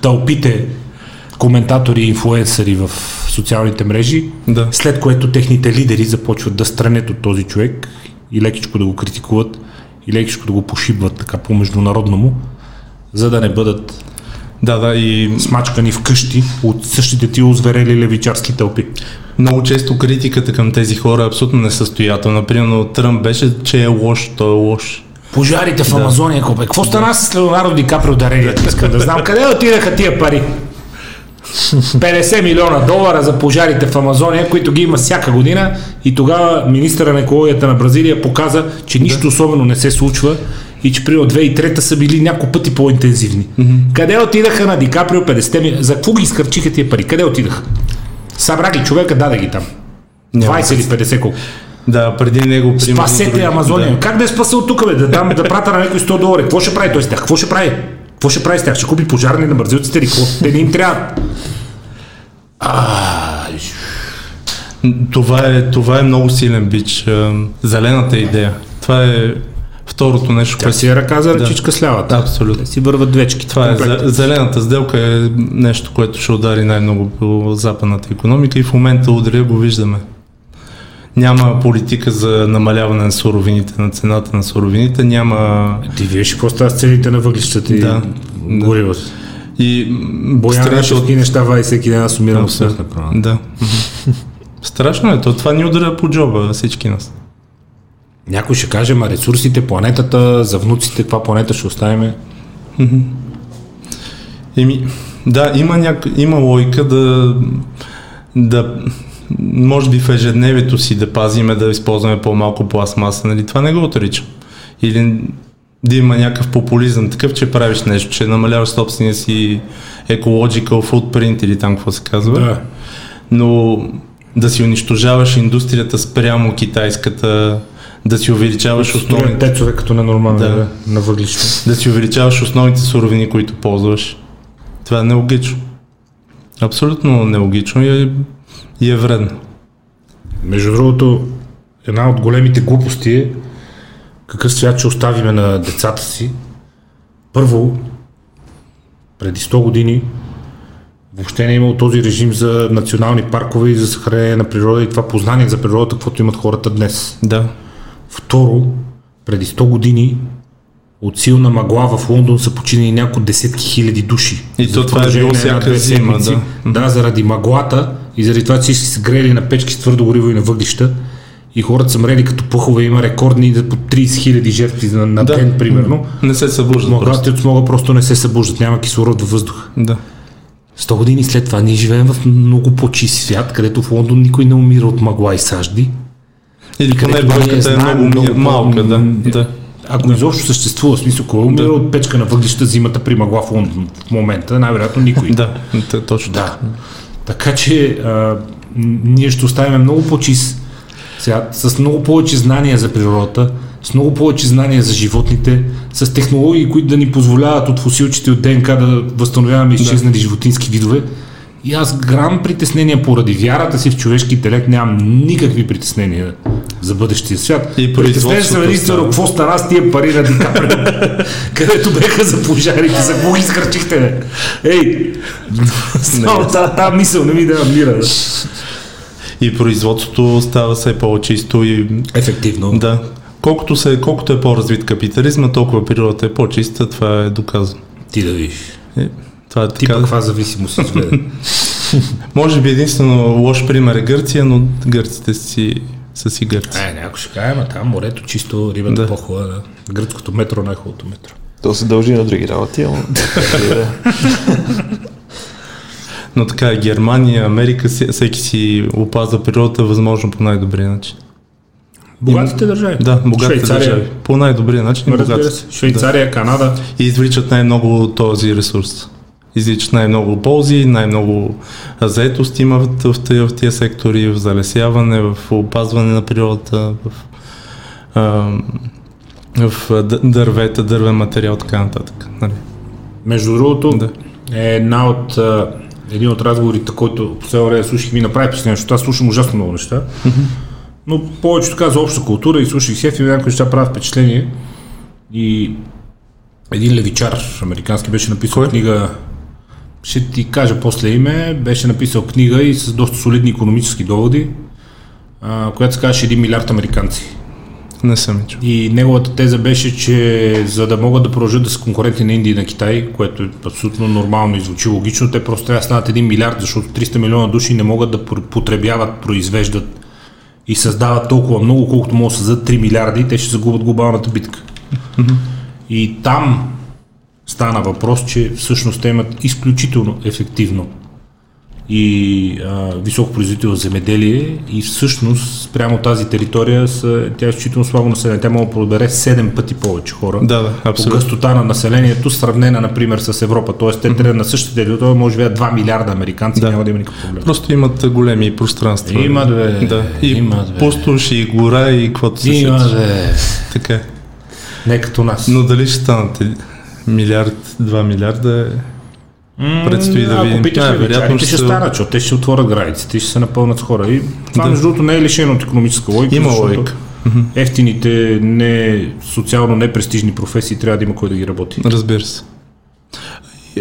тълпите коментатори и инфлуенсъри в социалните мрежи,
Да.
след което техните лидери започват да странят от този човек и лекичко да го критикуват и лекичко да го пошибват така по-международно му, за да не бъдат
Да, да, и
смачкани вкъщи от същите тия озверели левичарски тълпи.
много често критиката към тези хора е абсолютно несъстоятелна. Примерно Тръмп беше, че е лош, той е лош.
Пожарите в Амазония, копе. Какво стана с Леонардо Ди Каприо дарението? Искам да знам къде отидаха тия пари. 50 милиона долара за пожарите в Амазония, които ги има всяка година и тогава министъра на екологията на Бразилия показа, че нищо особено не се случва и че при 2003 са били няколко пъти по-интензивни. Къде отидаха на Ди Каприо 50 милиона? За какво ги изкърчиха тия пари? Къде отидаха? Събра ги човека, даде ги там. 20 или 50 колко.
Да, преди него... примерно,
Спасете
други-
Амазония.
Да.
Как да е спаса от тук, бе? Да, дам, да прата на някой 100 долара. Какво ще прави той с тях? Какво ще прави? Какво ще прави с тях? Ще купи пожарни на бързилците или какво? Те не им трябва.
Това е, това е много силен бич. Ам, Зелената идея. Това е второто нещо,
Тя
което...
си е ръка за ръчичка с лявата.
Абсолютно.
Те си върват двечки.
Това е зе- зелената сделка е нещо, което ще удари най-много по западната економика и в момента удря го виждаме. Няма политика за намаляване на суровините, на цената на суровините, няма
Ти виж какво става с цените на въглищата и
Да.
горивата.
и м,
Боян
страшно-
Рашевски неща вади всеки ден, аз умирам от смях
Абсолютно.
направо.
Да. Мгм. Страшно е то. Това ни удря по джоба всички нас.
Някой ще каже, ма ресурсите, планетата, за внуците, каква планета ще оставим?
Еми, да, има, няк... има логика да, да може би в ежедневието си да пазиме да използваме по-малко пластмаса, нали? Това не го отричам. Или да има някакъв популизъм, такъв, че правиш нещо, че намаляваш собствения си ecological footprint или там какво се казва.
Да.
Но да си унищожаваш индустрията спрямо китайската, да си увеличаваш
Строят
основните,
тецове като ненормални
Да.
да. на въглища.
да си увеличаваш основните суровини, които ползваш. Това е нелогично. Абсолютно нелогично и е, и е вредно.
Между другото, една от големите глупости е какъв свят ще оставиме на децата си. Първо, преди 100 години въобще не е имало този режим за национални паркове и за съхранение на природа и това познание за природата, каквото имат хората днес.
Да.
Второ, преди 100 години от силна мъгла в Лондон са починени няколко десетки хиляди души.
И
За
то това е
продължение
било
на една-две
всяка зима,
седмици. Да, заради мъглата и заради това, че всички се грели на печки с твърдо гориво и на въглища и хората са мрели като пухове, има рекордни да по 30 хиляди жертви на, на
Да.
ден, примерно.
Не се събужда. просто.
Мъглата и от смога просто не се събуждат, няма кислород във въздуха.
Да.
100 години след това ние живеем в много по-чист свят, където в Лондон никой не умира от мъгла и сажди.
Или
Където
поне
ние
бройката е
знаем
много,
много
много малка, да.
по-
да.
Ако изобщо съществува, в смисъл, кой умира от печка на въглища зимата при мъгла в Лондон в момента? Най-вероятно никой.
Да, т- точно.
да. Така че а, м, ние ще оставим много по-чист свят, с много повече знания за природата, с много повече знания за животните, с технологии, които да ни позволяват от фосилчите от ДНК да възстановяваме изчезнали животински видове. И аз грам притеснения поради вярата си в човешки интелект нямам никакви притеснения за бъдещия свят.
И
Притеснен съм
производството
единствено
става.
какво стана с тия пари на Дикаприо, където беха за пожарите, за какво ги изкърчихте, бе? Ей, само тази та мисъл не ми дава мира. бе.
И производството става все по-чисто и
Ефективно.
да. Колкото, се, колкото е по-развит капитализма, толкова природата е по-чиста, това е доказано.
Ти да видиш.
Е, това е
Ти
така.
пък каква зависимост изгледа.
Може би единствено лош пример е Гърция, но гърците си са си гърци.
Е, някой ще каже, ама там морето чисто, рибата
Да.
по-хубава. Да. Гръцкото метро е най-хубавото метро.
То се дължи на други работи, ама...
Но така е Германия, Америка, се- всеки си опазва природата възможно по най-добрия начин.
Богатите държави.
Да, богатите
Швейцария.
държави. По най-добрия начин.
Разбира
богатите.
се. Швейцария, Канада.
и извличат най-много този ресурс. Извличат най-много ползи, най-много а, заетост имат в, тия- в тия сектори, в залесяване, в опазване на природата, в, а, в а, д- дървета, дървен материал, така нататък. Нали?
Между другото,
Да.
е една от, а, един от разговорите, който по цяло време слушах, ми направи впечатление, защото аз слушам ужасно много неща. Но повечето така за обща култура и слушах хеф и някои неща правят впечатление. И един левичар, американски, беше написал книга, ще ти кажа после име, беше написал книга и с доста солидни економически доводи, а, която се казваше 1 милиард американци.
Не съм я чул.
И неговата теза беше, че за да могат да продължат да са конкурентни на Индия и на Китай, което е абсолютно нормално и звучи логично, те просто трябва да станат 1 милиард, защото 300 милиона души не могат да пр- потребяват, произвеждат и създават толкова много, колкото могат да създадат 3 милиарди, те ще загубят глобалната битка. И там стана въпрос, че всъщност те имат изключително ефективно и а, висок производител в земеделие и всъщност спрямо тази територия са, тя е изключително слабо населена. Тя може да подбере 7 пъти повече хора.
Да, да,
По
абсолютно.
гъстота на населението, сравнена, например, с Европа. Тоест, те трябва на същата територия, може да живеят 2 милиарда американци,
Да.
няма да има никакъв проблем.
Просто имат а, големи пространства.
Има, бе.
Да. И
Има, бе.
пустош, и гора, и каквото се
Има,
сетиш.
бе.
Така е.
Не като нас.
Но дали ще станат един- милиард, два милиарда е Предстои да
Ако
видим.
питаш
Да,
ли,
вероятно
вероятно ще,
ще
ще
се-
станат, защото те ще отворят границите и ще се напълнат с хора. И това, между другото, не е лишено от економическа логика.
Има
защото
логика.
Ефтините, не, социално непрестижни професии трябва да има кой да ги работи.
Разбира се.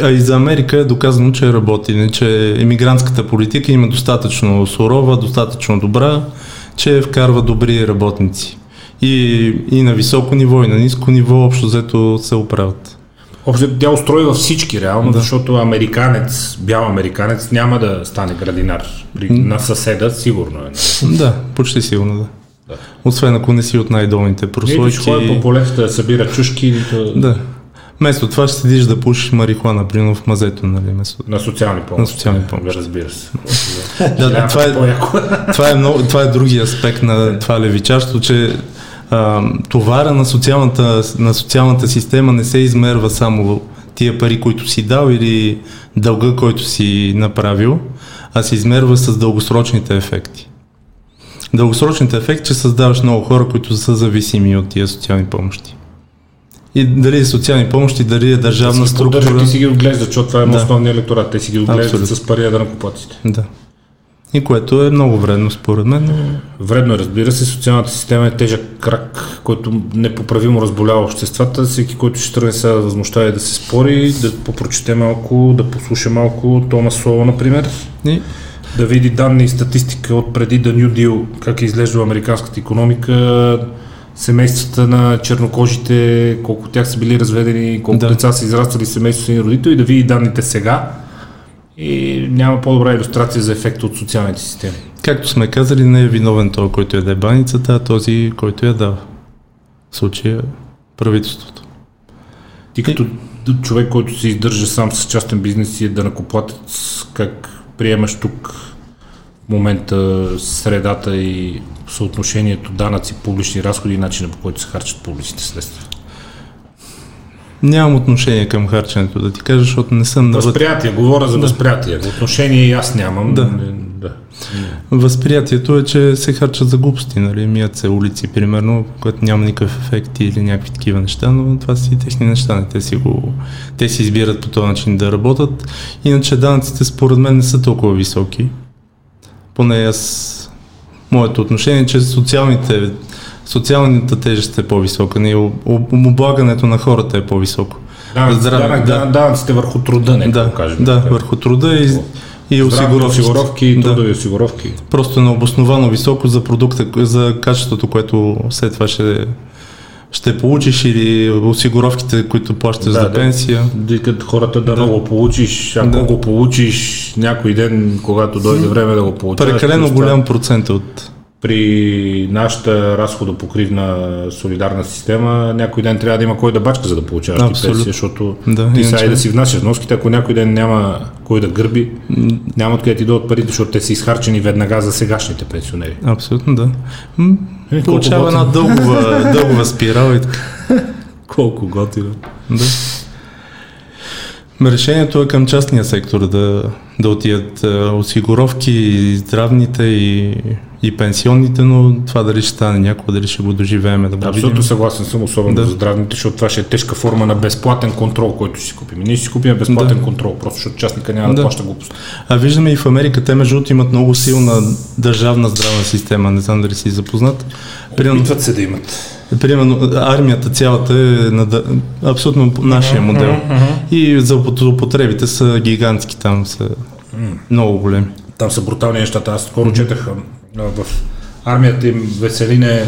А и за Америка е доказано, че работи, не, че емигрантската политика има достатъчно сурова, достатъчно добра, че вкарва добри работници. И, и на високо ниво, и на ниско ниво, общо взето се оправят.
Общо, взето, тя устройва всички реално, да. защото американец, бял американец няма да стане градинар. При, на съседа сигурно е. нали?
Да, почти сигурно да. Освен ако не си от най-долните
Нито ще ходи по
прослойки.
полета да събира чушки, нито
Да. Вместо това ще седиш да пушиш марихуана, примерно в мазето, нали? Вместо...
на социални помощи.
На социални помощи.
Разбира се.
Да, да, това е,
По-яко.
това е, много, това е другия аспект на това левичарство, че а, товара на социалната, на социалната система не се измерва само тия пари, които си дал или дълга, който си направил, а се измерва с дългосрочните ефекти. Дългосрочните ефекти, че създаваш много хора, които са зависими от тия социални помощи. И дали е социални помощи, дали е държавна
Си поддържат
структура.
и си ги отглеждат, защото това е
Да.
основният електорат. Те си ги отглеждат
Абсолютно.
с пари да накупаците.
Да. И което е много вредно според мен, но
Вредно е, разбира се, социалната система е тежък крак, който непоправимо разболява обществата. Всеки, който ще тръгне сега да възмущава и да се спори, да попрочете малко, да послуша малко Томас Соло, например,
и
да види данни и статистика от преди The New Deal, как е изглеждала американската економика, семействата на чернокожите, колко от тях са били разведени, колко
Да.
да. деца са израствали в семейството си на родители, да види данните сега и няма по-добра иллюстрация за ефекта от социалните системи.
Както сме казали, не е виновен този, който яде баницата, а този, който я дава. В случая правителството.
Ти като д- човек, който се издържа сам с частен бизнес и е данъкоплатец, как приемаш тук в момента средата и съотношението данъци, публични разходи и начина по който се харчат публичните средства?
Нямам отношение към харченето, да ти кажа, защото не съм навътре.
Възприятие, говоря за възприятие. Отношение и аз нямам.
Да.
Не, да.
Възприятието е, че се харчат за глупости, нали? Мият се улици, примерно, което няма никакъв ефект или някакви такива неща, но това си техни неща. Не? Те, си го... Те си избират по този начин да работят. Иначе данъците според мен не са толкова високи. Поне аз... Моето отношение е, че социалните... социалната тежест е по-висока. Не? Об- об- Облагането на хората е по-високо.
Данъци,
Здраве,
данък, да. данъците върху труда, нека
да,
да, кажем.
да, върху труда и, и
Здравни
осигуровки.
осигуровки,
да
трудови осигуровки.
просто е необосновано високо за продукта, за качеството, което след това ще, ще получиш или осигуровките, които плащаш
Да,
за
да.
пенсия.
Дикат хората да, да. го получиш, ако
Да.
да. го получиш някой ден, когато дойде време да го получиш.
Прекалено голям процент е от...
При нашата разходопокривна солидарна система, някой ден трябва да има кой да бачка, за да получаваш ти
Абсолютно.
пенсия, защото
Да,
ти
иначе-
сега и да си внасяш вноските, ако някой ден няма кой да гърби. Няма откъде ти дойдат парите, защото те са изхарчени веднага за сегашните пенсионери.
Абсолютно, да. М,
Е,
Получава
колко
една дългова, дългова спирала и така.
Колко готино.
Да. Решението е към частния сектор да, да отидат е, осигуровки, и здравните и, и пенсионните, но това дали ще стане някога, дали ще го доживеем, да го
Абсолютно
видим.
съгласен съм, особено
Да.
за здравните, защото това ще е тежка форма на безплатен контрол, който ще си купим. И ние ще си купим безплатен
Да.
контрол, просто защото частника няма да,
Да.
плаща глупост.
А виждаме и в Америка, те между другото имат много силна държавна здравна система, не знам дали си запознат. Примерно,
Опитват се да имат.
примерно армията цялата е на, да- абсолютно по- нашия модел. И за употребите са гигантски там, са много големи.
Там са брутални нещата. Аз скоро четах а, а, в армията им веселине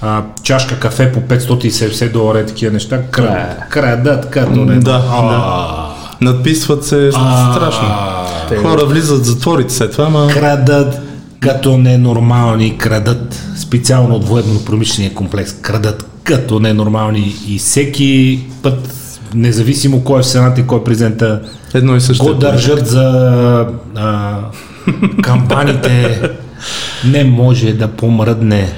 а, чашка кафе по 570 долара и такива неща. Кра- Крадат като не.
Е. Да,
А,
Надписват се
а,
страшно. Хора влизат в затворите след това, ама
Крадат като ненормални, крадат специално от военно-промишления комплекс, крадат като ненормални и всеки път, независимо кой е в Сената и кой е президента,
едно и също.
го
е.
държат за а, кампаните. Не може да помръдне.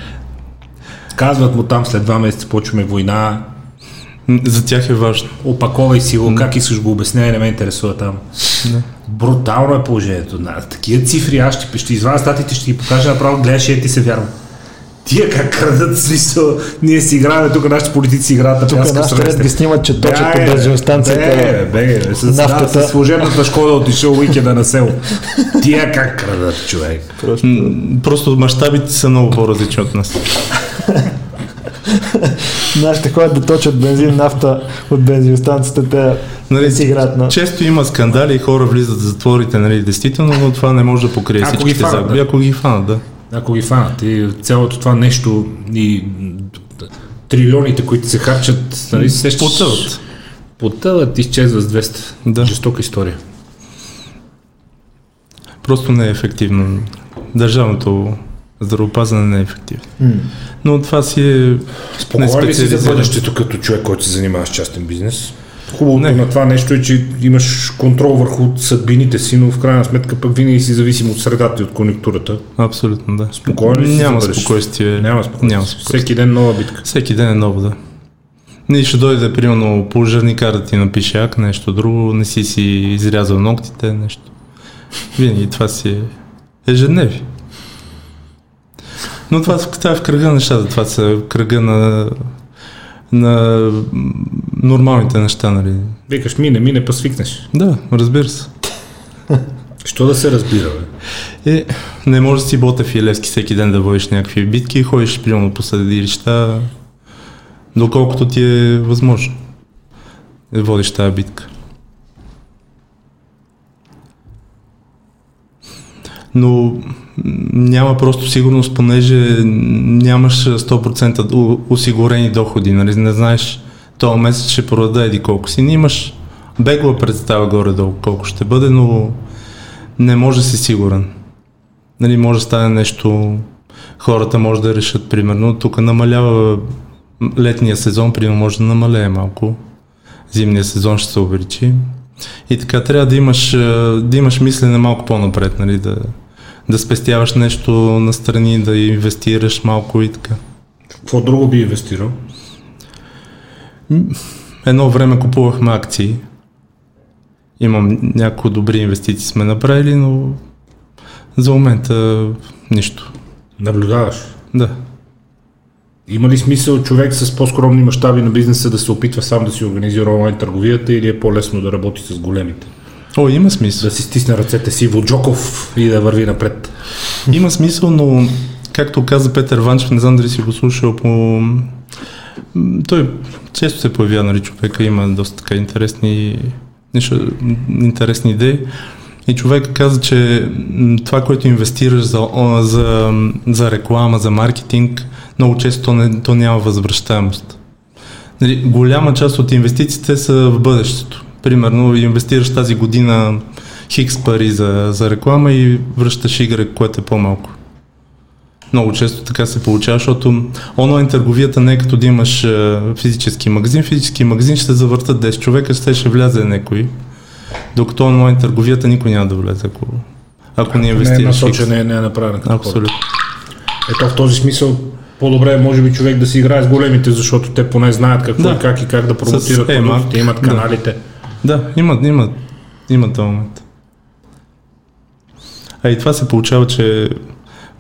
Казват му там след два месеца почваме война,
За тях е важно.
опаковай си го, как искаш го обяснявай, не ме интересува там. Брутално е положението. На такива цифри аз ще, ще извадя статите, ще ги покажа направо, гледаш и е, ти се вярвам. Тия как крадат, в смисъл, ние си играем, тук нашите политици си играят на
Тук
пляска с
нашите ред
ръстен.
ги снимат, че точат
Бе,
по
Бе,
бензиностанцията.
бе, бе, с, да,
нафтата.
с служебната школа отишъл уикенда на село. Тия как крадат, човек?
М, Просто мащабите са много по-различни от нас.
Нашите ходят да точат бензин, нафта от бензиностанцията. Те
Нали,
нали, си играят на...
Често има скандали и хора влизат в затворите, нали, действително, но това не може да покрие
Ако ги
всичките
фанат,
загуби,
да.
ако ги фанат, да.
Ако ги фанат и цялото това нещо и м, трилионите, които се харчат, нали, се сещаш?
Потъват.
Потъват, изчезват с 200.
Да.
Жестока история.
Просто не е ефективно. Държавното здравеопазване не е ефективно. Но това си е...
Спокоен ли си за
специализиран.
бъдещето като човек, който се занимава с частен бизнес? Хубавото
Не.
на това нещо е, че имаш контрол върху съдбините си, но в крайна сметка пък винаги си зависим от средата и от конъюнктурата.
Абсолютно, да.
Спокоен ли си
Няма
за бъдещето?
спокойствие.
Няма спокойствие.
Няма спокойствие.
Всеки ден нова битка.
Всеки ден е ново, да. Ние ще дойде, примерно, пожарникар да ти напише ак, нещо друго, не си си изрязал ногтите, нещо. Винаги това си е ежедневие. Но това, това е в кръга на нещата, това са в кръга на, на м, нормалните неща, нали?
Викаш, мине, мине, па свикнеш.
Да, разбира се.
Що да се разбира, бе?
Е, не може да си Ботев и Левски всеки ден да водиш някакви битки, ходиш примерно по съдилища, доколкото ти е възможно. да Водиш тази битка. Но м, няма просто сигурност, понеже нямаш 100% у- осигурени доходи, нали? Не знаеш, този месец ще продаде еди колко си. Не имаш бегла представа горе-долу колко ще бъде, но не може да си сигурен. Нали, може да стане нещо, хората може да решат, примерно, тук намалява летния сезон, примерно може да намалее малко, зимния сезон ще се увеличи. И така трябва да имаш, е, да имаш мислене малко по-напред, нали, да, да спестяваш нещо настрани, да инвестираш малко и така.
Какво друго би инвестирал?
Едно време купувахме акции. Имам някои добри инвестиции сме направили, но за момента нищо.
Наблюдаваш.
Да.
Има ли смисъл човек с по-скромни мащаби на бизнеса да се опитва сам да си организира онлайн търговията или е по-лесно да работи с големите?
О, има смисъл.
Да си стисне ръцете си Воджоков и да върви напред.
Има смисъл, но както каза Петър Ванчев, не знам дали си го слушал по... м, Той често се появява, нали, човека има доста така интересни, неща, м, интересни идеи. И човек каза, че м, това, което инвестираш за, о- за, м, за реклама, за маркетинг, много често то, не, то няма възвръщаемост. Нали, голяма част от инвестициите са в бъдещето. Примерно, инвестираш тази година хикс пари за, за реклама и връщаш игра, което е по-малко. Много често така се получава, защото онлайн търговията не е като да имаш е, физически магазин. Физически магазин ще завъртат 10 човека, ще ще влезе някой. Докато онлайн търговията никой няма да влезе, ако, ако не
Не е
инвестираш.
насочен, не, е- не е направен като хора.
Абсолютно.
Ето в този смисъл по-добре е може би човек да си играе с големите, защото те поне знаят какво
Да.
и как и как да промотират
Ема.
продуктите, имат
Да.
каналите.
Да, има, има, има този момент. А и това се получава, че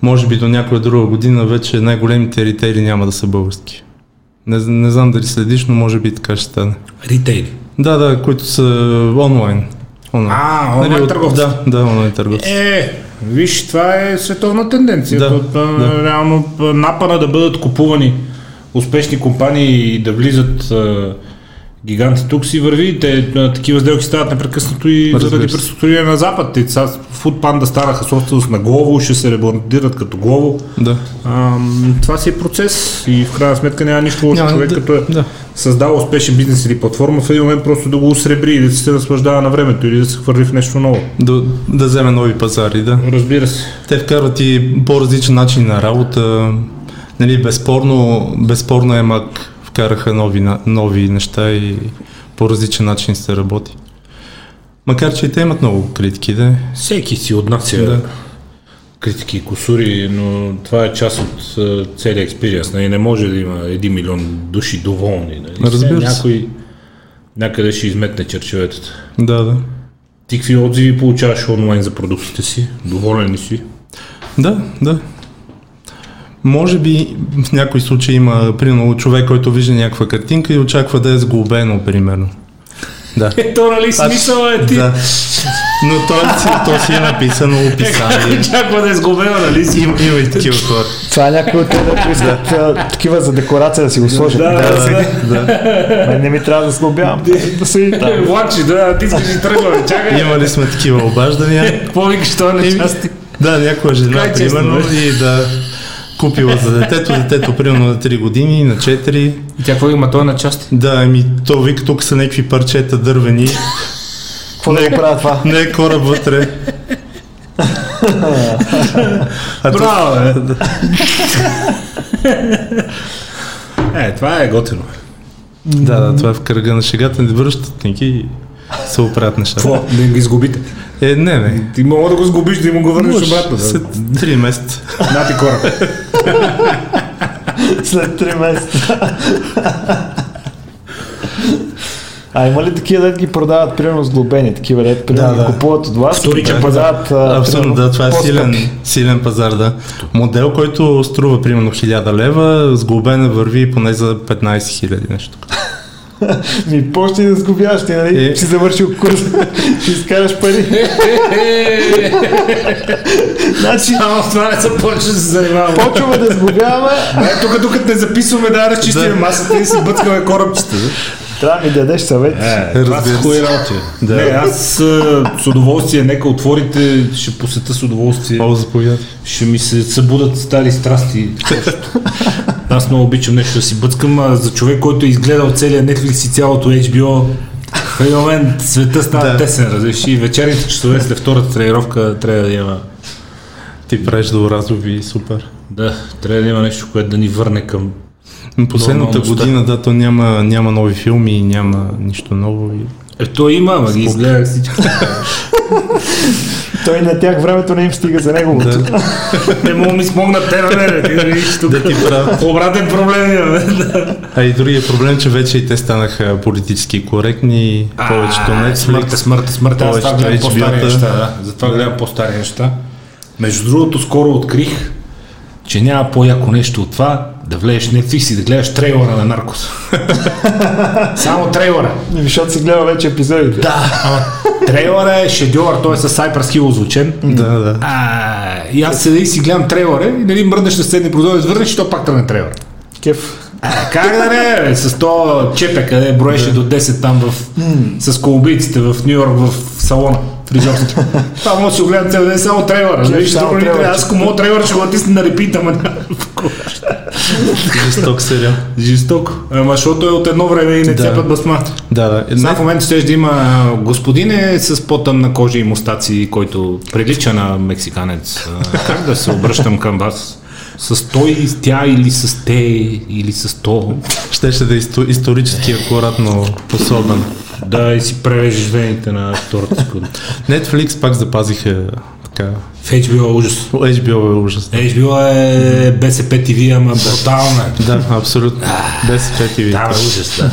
може би до някоя друга година вече най-големите ритейли няма да са български. Не, зн- не знам дали следиш, но може би така ще стане.
Ритейли.
Да, да, които са онлайн. онлайн. Нали,
А, онлайн
от-
търговци.
Да, да, онлайн търговци.
Е, виж, това е световна тенденция.
Да,
Да, да.
да.
Реално а, напъна да бъдат купувани успешни компании и да влизат а, гиганти тук си върви. Те а, такива сделки стават непрекъснато и
Разбира
заради
се.
преструктуриране на Запад. Те сега Foodpanda станаха собственост на Глово, ще се ребрандират като Глово.
Да.
Ам, това си е процес и в крайна сметка няма нищо лошо
Няма,
човек,
да,
като е
да.
създал успешен бизнес или платформа, в един момент просто да го усребри и да се наслаждава на времето или да се хвърли в нещо ново.
Да, да вземе нови пазари, да.
Разбира се.
Те вкарват и по-различен начин на работа. Нали, безспорно, безспорно ЕМАК вкараха нови, на- нови неща и по различен начин се работи. Макар, че и те имат много критики, да.
Всеки си отнася да.
Да.
критики и косури, но това е част от е, целия експириенс. Нали? Не може да има 1 милион души доволни. Нали? Все
Разбира се.
Някой някъде ще изметне черчеветата.
Да, да.
Ти какви отзиви получаваш онлайн за продуктите си? Доволен ли си?
Да, да. Може би в някои случаи има, примерно, човек, който вижда някаква картинка и очаква да е сглобено, примерно. Да.
Ето, нали,
Да. Но той си, то си е написано описание.
Очаква да е сгубена, нали си?
Има, има и такива хора.
Това някои от те да поискат а, такива за декорация да си го сложат.
Да, да, да.
Мен не ми трябва да слабявам. да се види там.
Влачи, да, ти искаш и тръгваме, чакай.
Имали сме такива обаждания.
Какво викаш, това не части?
Да, някоя жена,
Така е честно,
примерно,
бе.
и да купила за детето, детето примерно на 3 години, на 4.
И тя какво има? Той е на части.
Да, ами то вика, тук са някакви парчета дървени,
Какво да го правя това?
не е кораб вътре. А то-
Браво, бе. Е, това е готино.
да, да, това е в кръга на шегата, не връщат ники и се оправят нещата.
Какво? Да им ги сгубите.
Е, не, не.
Ти мога да го сгубиш, да му го върнеш обратно.
След 3 месеца.
На ти кора.
След 3 месеца. А има ли такива да ги продават, примерно, сглобени, такива дет, примерно,
Да, да.
ги купуват от вас,
Вторичен
ги продават а,
Абсолютно,
примерно,
да, това е
по-скъпи?
силен, силен пазар, да. Модел, който струва примерно 1000 лева, сглобена върви поне за 15 000 нещо.
Ми, по-ще да сгубяваш, ти, нали?
Е.
Си завършил курс, ще изкараш пари. Значи,
Само с това не се почва да се занимаваме.
почваме да сглобяваме,
Е, тук, докато не записваме, да, разчистиме
Да.
масата и си бъцкаме корабчета. да.
трябва да ми дадеш съвет.
Е, това са
разбира
хуй
се.
работи.
Да.
Не, аз а, с удоволствие, нека отворите, ще посета с удоволствие.
Много заповядай.
Ще ми се събудат стари страсти. Аз много обичам нещо да си бъцкам, а за човек, който е изгледал целия Netflix и цялото HBO, в един момент света става да.
Да.
тесен, разреши. И вечерните часове след втората тренировка трябва да има.
Ти правиш дълразови, супер.
Да, трябва да има нещо, което да ни върне към.
Но Последната
Нормалността.
година, да, то няма, няма нови филми, няма нищо ново. И...
Е, то има, ама ги изгледах всички.
Той на тях времето не им стига за неговото.
Да,
Не мога ми смогнат те на мене. Ти да видиш тук.
да ти правят.
Обратен проблем имаме.
А и другия проблем, че вече и те станаха политически коректни, повечето
Смърт,
Netflix.
смърт, смърт. Аз това
Повечето
гледам по-стари
HBO-та.
неща. Да. Затова гледам по-стари неща. Между другото, скоро открих, че няма по-яко нещо от това да влезеш в Netflix и да гледаш трейлера на Наркос. Само трейлера.
И Защото си гледал вече епизодите.
Да, ама трейлера е шедьовър, той е с Cypress Hill озвучен.
Да, да.
А, и аз седя и си гледам трейлера и нали мръднеш на следния продължен, върнеш и то пак е тръгне трейлера.
Кеф.
А, как да не, бе, с то чепе, къде броеше до 10 там в, с колумбийците в Нью Йорк в салона фризьорските. Там може да си го гледам цял ден само трейлера. Виж,
само
друго не трябва.
трейлера.
Аз ако мога трейлера, ще го натисна на репит, ама няма.
Жесток сериал.
Жестоко. Ама защото е от едно време и не
Да.
цепят басма.
Да, да. Е,
Сега
не-
в момента ще да има господине с по-тъмна кожа и мустаци, който прилича на мексиканец. А, Как да се обръщам към вас? С той, с тя или с те, или с то?
Щеше да е исто- исторически акуратно пособен.
Да, и си прережеш вените на втората секунда.
Netflix пак запазиха така.
В HBO е ужас.
HBO е ужас.
HBO е БСП TV, ама е. брутална.
Да, абсолютно. Без PTV.
Да, бе, ужас, да.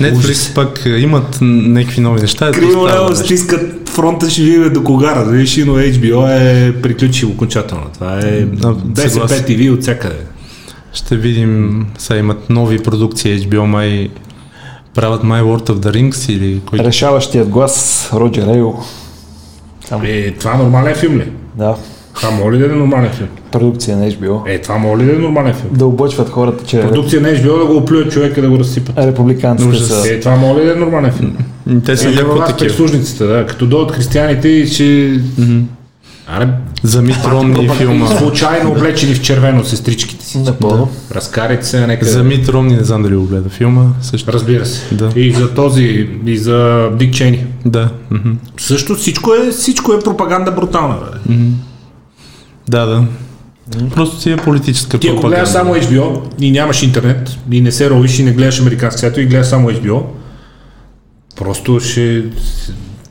Netflix пак е, имат някакви нови неща. ето
Криво е
става
Лео
нещо.
стискат фронта, ще видим до кога, разбираш, ли, но HBO е приключил окончателно. Това е
Да,
БСП
съгласен.
TV от всякъде.
Ще видим, сега имат нови продукции HBO, май правят My World of the Rings или който...
Решаващият глас, Роджер Ейл.
Е, това нормален филм ли?
Да,
Това моли да е нормален филм.
продукция на HBO.
Е, това моли да е нормален филм.
Да обочват хората, че е
Продукция на HBO е да го оплюят човека да го разсипат.
републиканците
Ужас.
са...
Е, това моли да е нормален филм.
М, Те са
Е,
някакво
да,
такива.
прислужниците, да. Като дойдат християните и ще... Аре,
За Митромни филма.
случайно облечени в червено сестричките си.
Напълно.
Разкарайте се нека...
За Митромни не знам дали го гледа филма. Също.
Разбира се.
Да.
И за този, и за Дик Чейни.
Да. мгм.
Също всичко е, всичко е пропаганда брутална. Бе.
Да, да. Просто си е политическа
Ти ако гледаш само HBO и нямаш интернет, и не се ровиш и не гледаш американски свято и гледаш само HBO, просто ще,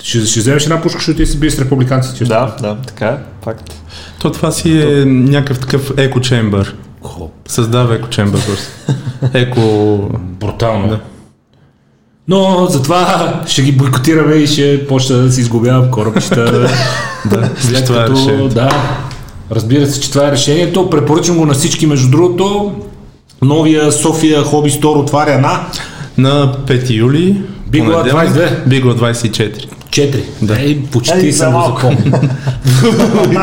ще, ще вземеш една пушка, ще ти си биеш с републиканците. честно.
Да, да, така е, факт.
То това си е някакъв такъв еко чембър.
Хо,
Създава еко чембър просто. Еко...
Брутално. Да. Но затова ще ги бойкотираме и ще почна да се изгубявам в корабчета.
Да, виж
след
това е
като-
решението.
Да, разбира се, че това е решението. Препоръчвам го на всички, между другото. Новия София Хоби Стор отваря на
На 5 юли.
Big Load
понеделник,
22.
Big Load 24.
4. Да. Ей, почти
Ей, за
съм го
малко.
запомнил.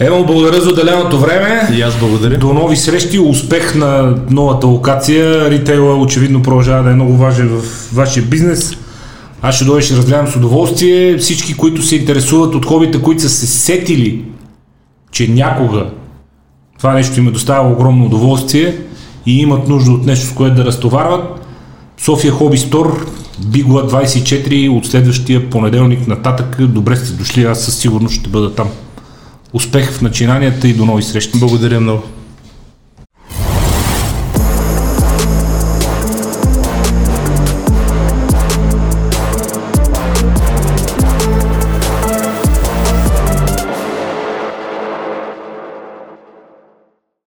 Емо, Е, благодаря за отделеното време.
И аз благодаря.
До нови срещи, успех на новата локация. Ритейла очевидно продължава да е много важен в вашия бизнес. Аз ще дойда и ще разгледам с удоволствие. Всички, които се интересуват от хобита, които са се сетили, че някога това нещо им е доставило огромно удоволствие и имат нужда от нещо, с което да разтоварват, София Хоби Стор, Бигла 24 от следващия понеделник нататък. Добре сте дошли, аз със сигурност ще бъда там. Успех в начинанията и до нови срещи.
Благодаря много.